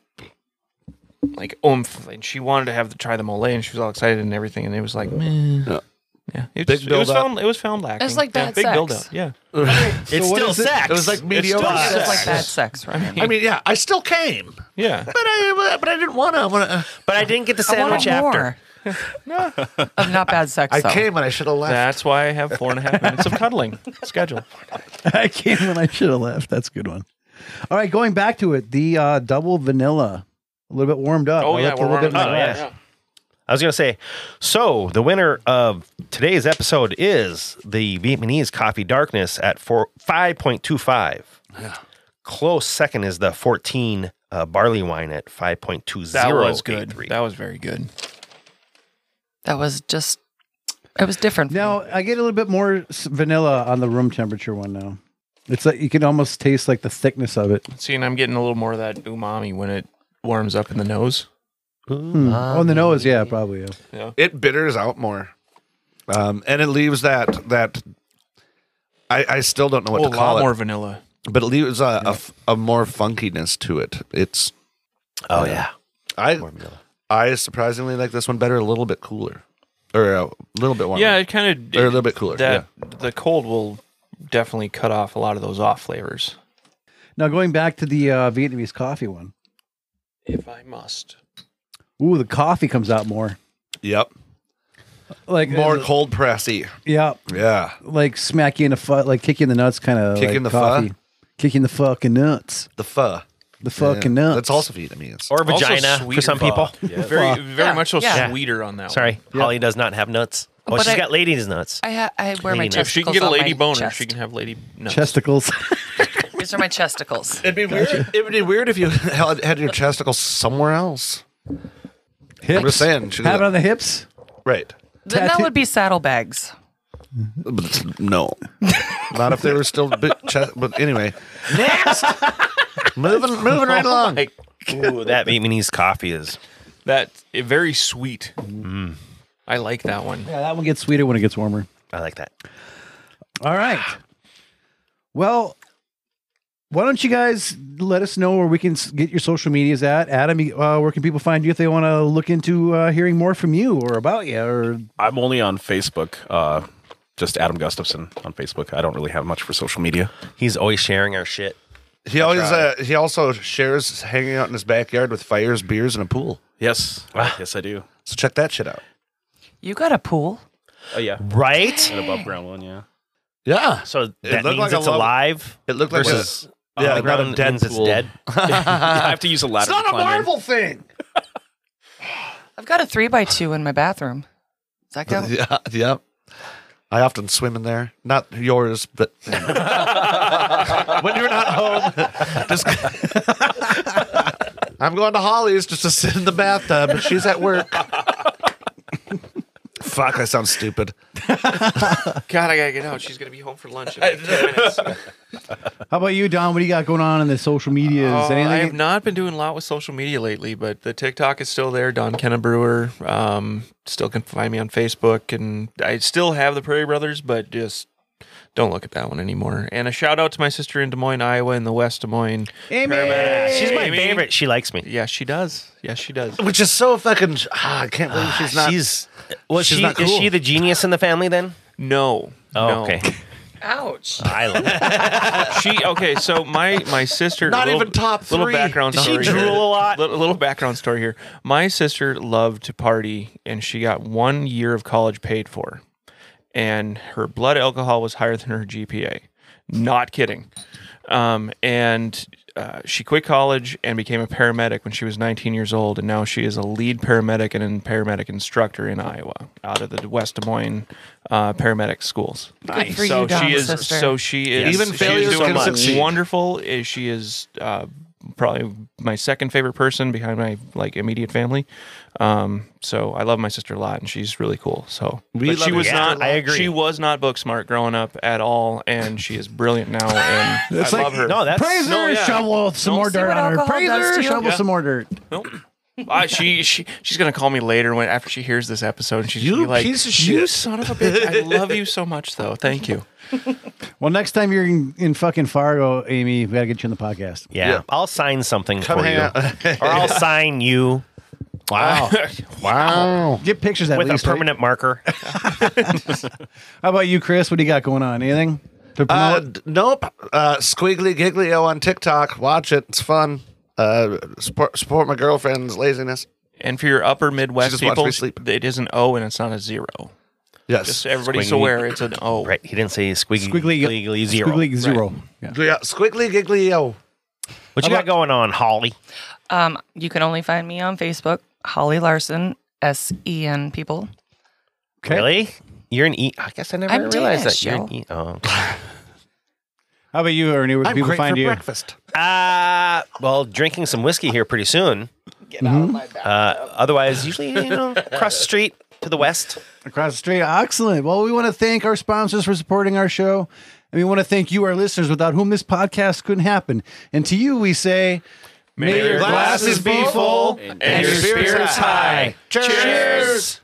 Speaker 9: like oomph, and she wanted to have to try the mole, and she was all excited and everything, and it was like, meh. yeah, It,
Speaker 5: Big
Speaker 9: was, it was
Speaker 5: build up.
Speaker 9: found. It was found lacking.
Speaker 6: It's like
Speaker 9: Yeah,
Speaker 6: bad
Speaker 9: big
Speaker 6: sex.
Speaker 9: build up. Yeah,
Speaker 7: It's still sex.
Speaker 5: It was like mediocre.
Speaker 9: still
Speaker 6: It's
Speaker 5: sex.
Speaker 6: like bad sex, right?
Speaker 5: I mean, yeah, I still came, but
Speaker 9: yeah.
Speaker 5: I but I didn't want to. I want to.
Speaker 7: but I didn't get the
Speaker 6: I
Speaker 7: sandwich
Speaker 6: wanted
Speaker 7: after.
Speaker 6: more.
Speaker 9: [LAUGHS]
Speaker 6: of not bad sex.
Speaker 5: I
Speaker 6: though.
Speaker 5: came and I should have left.
Speaker 9: That's why I have four and a half minutes of cuddling schedule.
Speaker 11: [LAUGHS] I came when I should have left. That's a good one. All right, going back to it, the uh, double vanilla, a little bit warmed up.
Speaker 9: Oh
Speaker 11: I
Speaker 9: yeah,
Speaker 11: left a
Speaker 9: we're
Speaker 11: little
Speaker 9: warming
Speaker 11: bit in
Speaker 9: up.
Speaker 11: my
Speaker 7: Oh, yeah.
Speaker 11: glass.
Speaker 7: I was going to say, so the winner of today's episode is the Vietnamese Coffee Darkness at four, 5.25. Close second is the 14 uh, barley wine at 5.20.
Speaker 9: That was good. That was very good.
Speaker 6: That was just. It was different.
Speaker 11: Now I get a little bit more s- vanilla on the room temperature one now. It's like you can almost taste like the thickness of it.
Speaker 9: See, and I'm getting a little more of that umami when it warms up in the nose.
Speaker 11: Hmm. On the nose, yeah, probably. Yeah.
Speaker 5: it bitters out more, um, and it leaves that that I, I still don't know what
Speaker 9: Oh, a
Speaker 5: to call
Speaker 9: lot
Speaker 5: it,
Speaker 9: more vanilla.
Speaker 5: but it leaves a, a f- a more funkiness to it. It's
Speaker 7: Oh, yeah.
Speaker 5: I I surprisingly like this one better, a little bit cooler, or a little bit warmer.
Speaker 9: Yeah, it kind
Speaker 5: or a
Speaker 9: of
Speaker 5: little bit cooler.
Speaker 9: that the cold will definitely cut off a lot of those off flavors.
Speaker 11: Now going back to the uh, Vietnamese coffee one.
Speaker 9: If I must.
Speaker 11: Ooh, the coffee comes out more.
Speaker 5: yeah.
Speaker 11: Like uh,
Speaker 5: Yep, more cold pressy.
Speaker 11: Yeah,
Speaker 5: Yeah,
Speaker 11: like smack you in the foot, like kicking the nuts, kind of
Speaker 5: Kick
Speaker 11: like
Speaker 5: in the
Speaker 11: coffee.
Speaker 5: pho?
Speaker 11: kicking the fucking nuts,
Speaker 5: the pho.
Speaker 11: the fucking
Speaker 5: Yeah.
Speaker 11: nuts.
Speaker 5: That's also Vietnamese.
Speaker 7: Or vagina
Speaker 9: Also
Speaker 7: for
Speaker 9: sweeter
Speaker 7: some
Speaker 9: pho.
Speaker 7: people.
Speaker 9: Very, very
Speaker 6: Yeah,
Speaker 9: much so
Speaker 6: yeah.
Speaker 9: sweeter on that. one.
Speaker 7: Sorry, Holly does not have nuts. Oh,
Speaker 6: But
Speaker 7: she's
Speaker 6: I-
Speaker 7: got ladies' nuts.
Speaker 6: I ha- I wear my
Speaker 7: Lady nuts.
Speaker 6: chesticles.
Speaker 9: If she can get a
Speaker 6: on
Speaker 9: lady
Speaker 6: my
Speaker 9: boner,
Speaker 6: chest.
Speaker 9: she can have lady nuts.
Speaker 11: chesticles.
Speaker 6: These are
Speaker 5: [LAUGHS]
Speaker 6: my chesticles.
Speaker 5: It'd be weird. It'd be weird if you had had your chesticles somewhere else.
Speaker 11: hips.
Speaker 5: just saying, she
Speaker 11: Have
Speaker 5: does-
Speaker 11: it on the hips.
Speaker 5: Right.
Speaker 6: Then that
Speaker 11: Tattoo-
Speaker 6: would be saddlebags.
Speaker 5: But it's- no. Not if they were still. Bit chest, but anyway, next. [LAUGHS] moving, moving right along.
Speaker 9: Like
Speaker 7: Ooh, that Vietnamese coffee is.
Speaker 9: that, eh, very sweet.
Speaker 5: Mm.
Speaker 9: I like that one.
Speaker 11: Yeah, that one gets sweeter when it gets warmer.
Speaker 7: I like that.
Speaker 11: All right. Well, why don't you guys let us know where we can s- get your social medias at? Adam, you- uh, where can people find you if they want to look into uh, hearing more from you or about you? Or
Speaker 8: I'm only on Facebook. Uh, just Adam Gustafson on Facebook. I don't really have much for social media.
Speaker 7: He's always sharing our shit.
Speaker 5: He always uh, he also shares hanging out in his backyard with fires, beers, and a pool.
Speaker 8: Yes, yes, I do.
Speaker 5: So check that shit out.
Speaker 6: You got a pool?
Speaker 8: Oh yeah,
Speaker 7: Right?
Speaker 8: an above ground one. [LAUGHS] Yeah,
Speaker 5: Yeah,
Speaker 7: So that
Speaker 5: looked
Speaker 7: means
Speaker 5: like a
Speaker 7: it's
Speaker 5: lo-
Speaker 7: alive
Speaker 5: it looked like
Speaker 7: versus
Speaker 5: a, yeah, not a
Speaker 7: underground
Speaker 5: dead
Speaker 7: means it's
Speaker 5: pool.
Speaker 7: dead.
Speaker 8: I have to use a ladder.
Speaker 5: It's not
Speaker 8: to
Speaker 5: a
Speaker 8: climb in.
Speaker 5: Marvel thing.
Speaker 6: I've got a three by two in my bathroom. Does that
Speaker 5: [LAUGHS]
Speaker 6: count?
Speaker 5: Yeah, yep. I often swim in there. Not yours, [LAUGHS] but when you're not home, [LAUGHS] just. I'm going to Holly's just to sit in the bathtub, and she's at work. [LAUGHS] Fuck, I sound stupid.
Speaker 16: God, I gotta get out. She's gonna be home for lunch in like 10
Speaker 5: [LAUGHS]
Speaker 16: minutes.
Speaker 11: how about you, Don? What do you got going on in the social medias?
Speaker 9: Uh, I have
Speaker 11: Anything?
Speaker 9: not been doing a lot with social media lately, but the TikTok is still there. Don Kenna Brewer um, still can find me on Facebook, and I still have the Prairie Brothers, but just don't look at that one anymore. And a shout out to my sister in Des Moines, Iowa, in the West Des Moines.
Speaker 11: Amy!
Speaker 7: She's my
Speaker 9: Amy.
Speaker 7: favorite. She likes me.
Speaker 9: Yes, she does. Yes, she does.
Speaker 5: Which is so fucking. Ah, I can't believe she's not.
Speaker 7: she's well,
Speaker 5: she's
Speaker 7: she,
Speaker 5: not
Speaker 7: is
Speaker 5: cool.
Speaker 7: she the genius in the family then?
Speaker 9: No.
Speaker 7: Oh,
Speaker 9: no.
Speaker 7: okay.
Speaker 6: Ouch.
Speaker 7: I love it.
Speaker 9: She okay. So my my sister.
Speaker 5: Not even top
Speaker 9: Little
Speaker 5: three.
Speaker 9: background
Speaker 7: Does she
Speaker 9: story.
Speaker 7: drool
Speaker 9: here.
Speaker 7: a lot?
Speaker 9: Little, little background story here. My sister loved to party, and she got one year of college paid for, and her blood alcohol was higher than her GPA. Not kidding. Um, and uh, she quit college and became a paramedic when she was 19 years old, and now she is a lead paramedic and a paramedic instructor in Iowa, out of the West Des Moines uh, paramedic schools
Speaker 6: Good for
Speaker 9: so
Speaker 6: you, Don's
Speaker 9: she is
Speaker 6: sister.
Speaker 9: so she is
Speaker 5: Even
Speaker 9: she is
Speaker 5: failures
Speaker 9: doing
Speaker 5: can
Speaker 9: much.
Speaker 5: succeed.
Speaker 9: wonderful Uh, she is uh, probably my second favorite person behind my like immediate family um, so i love my sister a lot and she's really cool so but she was not
Speaker 7: I agree.
Speaker 9: she was not book smart growing up at all and she is
Speaker 5: [LAUGHS]
Speaker 9: brilliant now and i love her
Speaker 7: No, that's
Speaker 11: Praise
Speaker 9: No,
Speaker 11: her,
Speaker 9: yeah.
Speaker 11: shovel some more
Speaker 6: See
Speaker 11: dirt
Speaker 6: what
Speaker 11: on her.
Speaker 6: alcohol
Speaker 11: Praise
Speaker 6: does
Speaker 11: her,
Speaker 6: to you?
Speaker 11: shovel
Speaker 9: Yeah.
Speaker 11: some more dirt.
Speaker 9: Nope. I- she she she's gonna call me later when after she hears this episode and she's
Speaker 5: You
Speaker 9: gonna be like
Speaker 5: piece of
Speaker 9: you
Speaker 5: shit."
Speaker 9: son of a bitch I love you so much though thank you
Speaker 11: Well, next time you're in, in fucking Fargo, Amy, we got to get you in the podcast.
Speaker 7: yeah. I'll sign something
Speaker 5: Come
Speaker 7: for
Speaker 5: hang
Speaker 7: you.
Speaker 5: out.
Speaker 7: or I'll sign you. Wow.
Speaker 5: wow.
Speaker 11: Get pictures at
Speaker 7: With
Speaker 11: least,
Speaker 7: a
Speaker 11: right?
Speaker 7: permanent marker.
Speaker 11: How about you, Chris? What do you got going on? Anything? To
Speaker 5: Uh,
Speaker 11: promote?
Speaker 5: d- nope. Uh, Squiggly Giglio on TikTok. Watch it. It's fun. Uh, support, support my girlfriend's laziness.
Speaker 9: and for your upper
Speaker 5: She
Speaker 9: Midwest
Speaker 5: just watched
Speaker 9: people
Speaker 5: me sleep.
Speaker 9: it is an O and it's not a zero
Speaker 5: Yes.
Speaker 9: Just everybody's
Speaker 7: Squiggly.
Speaker 9: aware it's an O.
Speaker 7: Right. He didn't say squiggly,
Speaker 11: Squiggly-
Speaker 7: squiggly, zero.
Speaker 11: Squiggly zero. Yeah.
Speaker 5: Yeah, Squiggly Giglio.
Speaker 7: What you got going on, Holly?
Speaker 6: Um, you can only find me on Facebook, Holly Larson, S E N people.
Speaker 11: Okay.
Speaker 7: Really? You're an E. I guess I never
Speaker 6: I'm
Speaker 7: realized
Speaker 6: Danish,
Speaker 7: that. You're an
Speaker 6: yo.
Speaker 7: E. Oh.
Speaker 11: How about you, Ernie? Where can
Speaker 5: I'm
Speaker 11: people
Speaker 5: great
Speaker 11: find
Speaker 5: for
Speaker 11: you?
Speaker 5: breakfast.
Speaker 7: Uh, well, drinking some whiskey here pretty soon. Get out of my Uh, otherwise, usually, you know, across the street to the west.
Speaker 11: Across the street. Excellent. Well, we want to thank our sponsors for supporting our show. And we want to thank you, our listeners, without whom this podcast couldn't happen. And to you, we say, May, your
Speaker 5: glasses be full
Speaker 11: and,
Speaker 5: your spirits high. Cheers.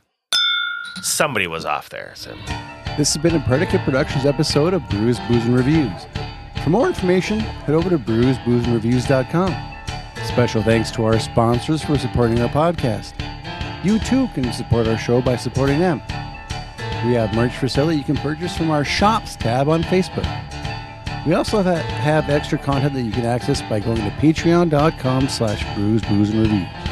Speaker 7: Somebody was off there. So.
Speaker 11: This has been a Predicate Productions episode of Brews, Booze, and Reviews. For more information, head over to brewsboozeandreviews.com. Special thanks to our sponsors for supporting our podcast. You too can support our show by supporting them. We have merch for sale that you can purchase from our Shops tab on Facebook. We also have, have extra content that you can access by going to patreon.com slash brews, booze, and reviews.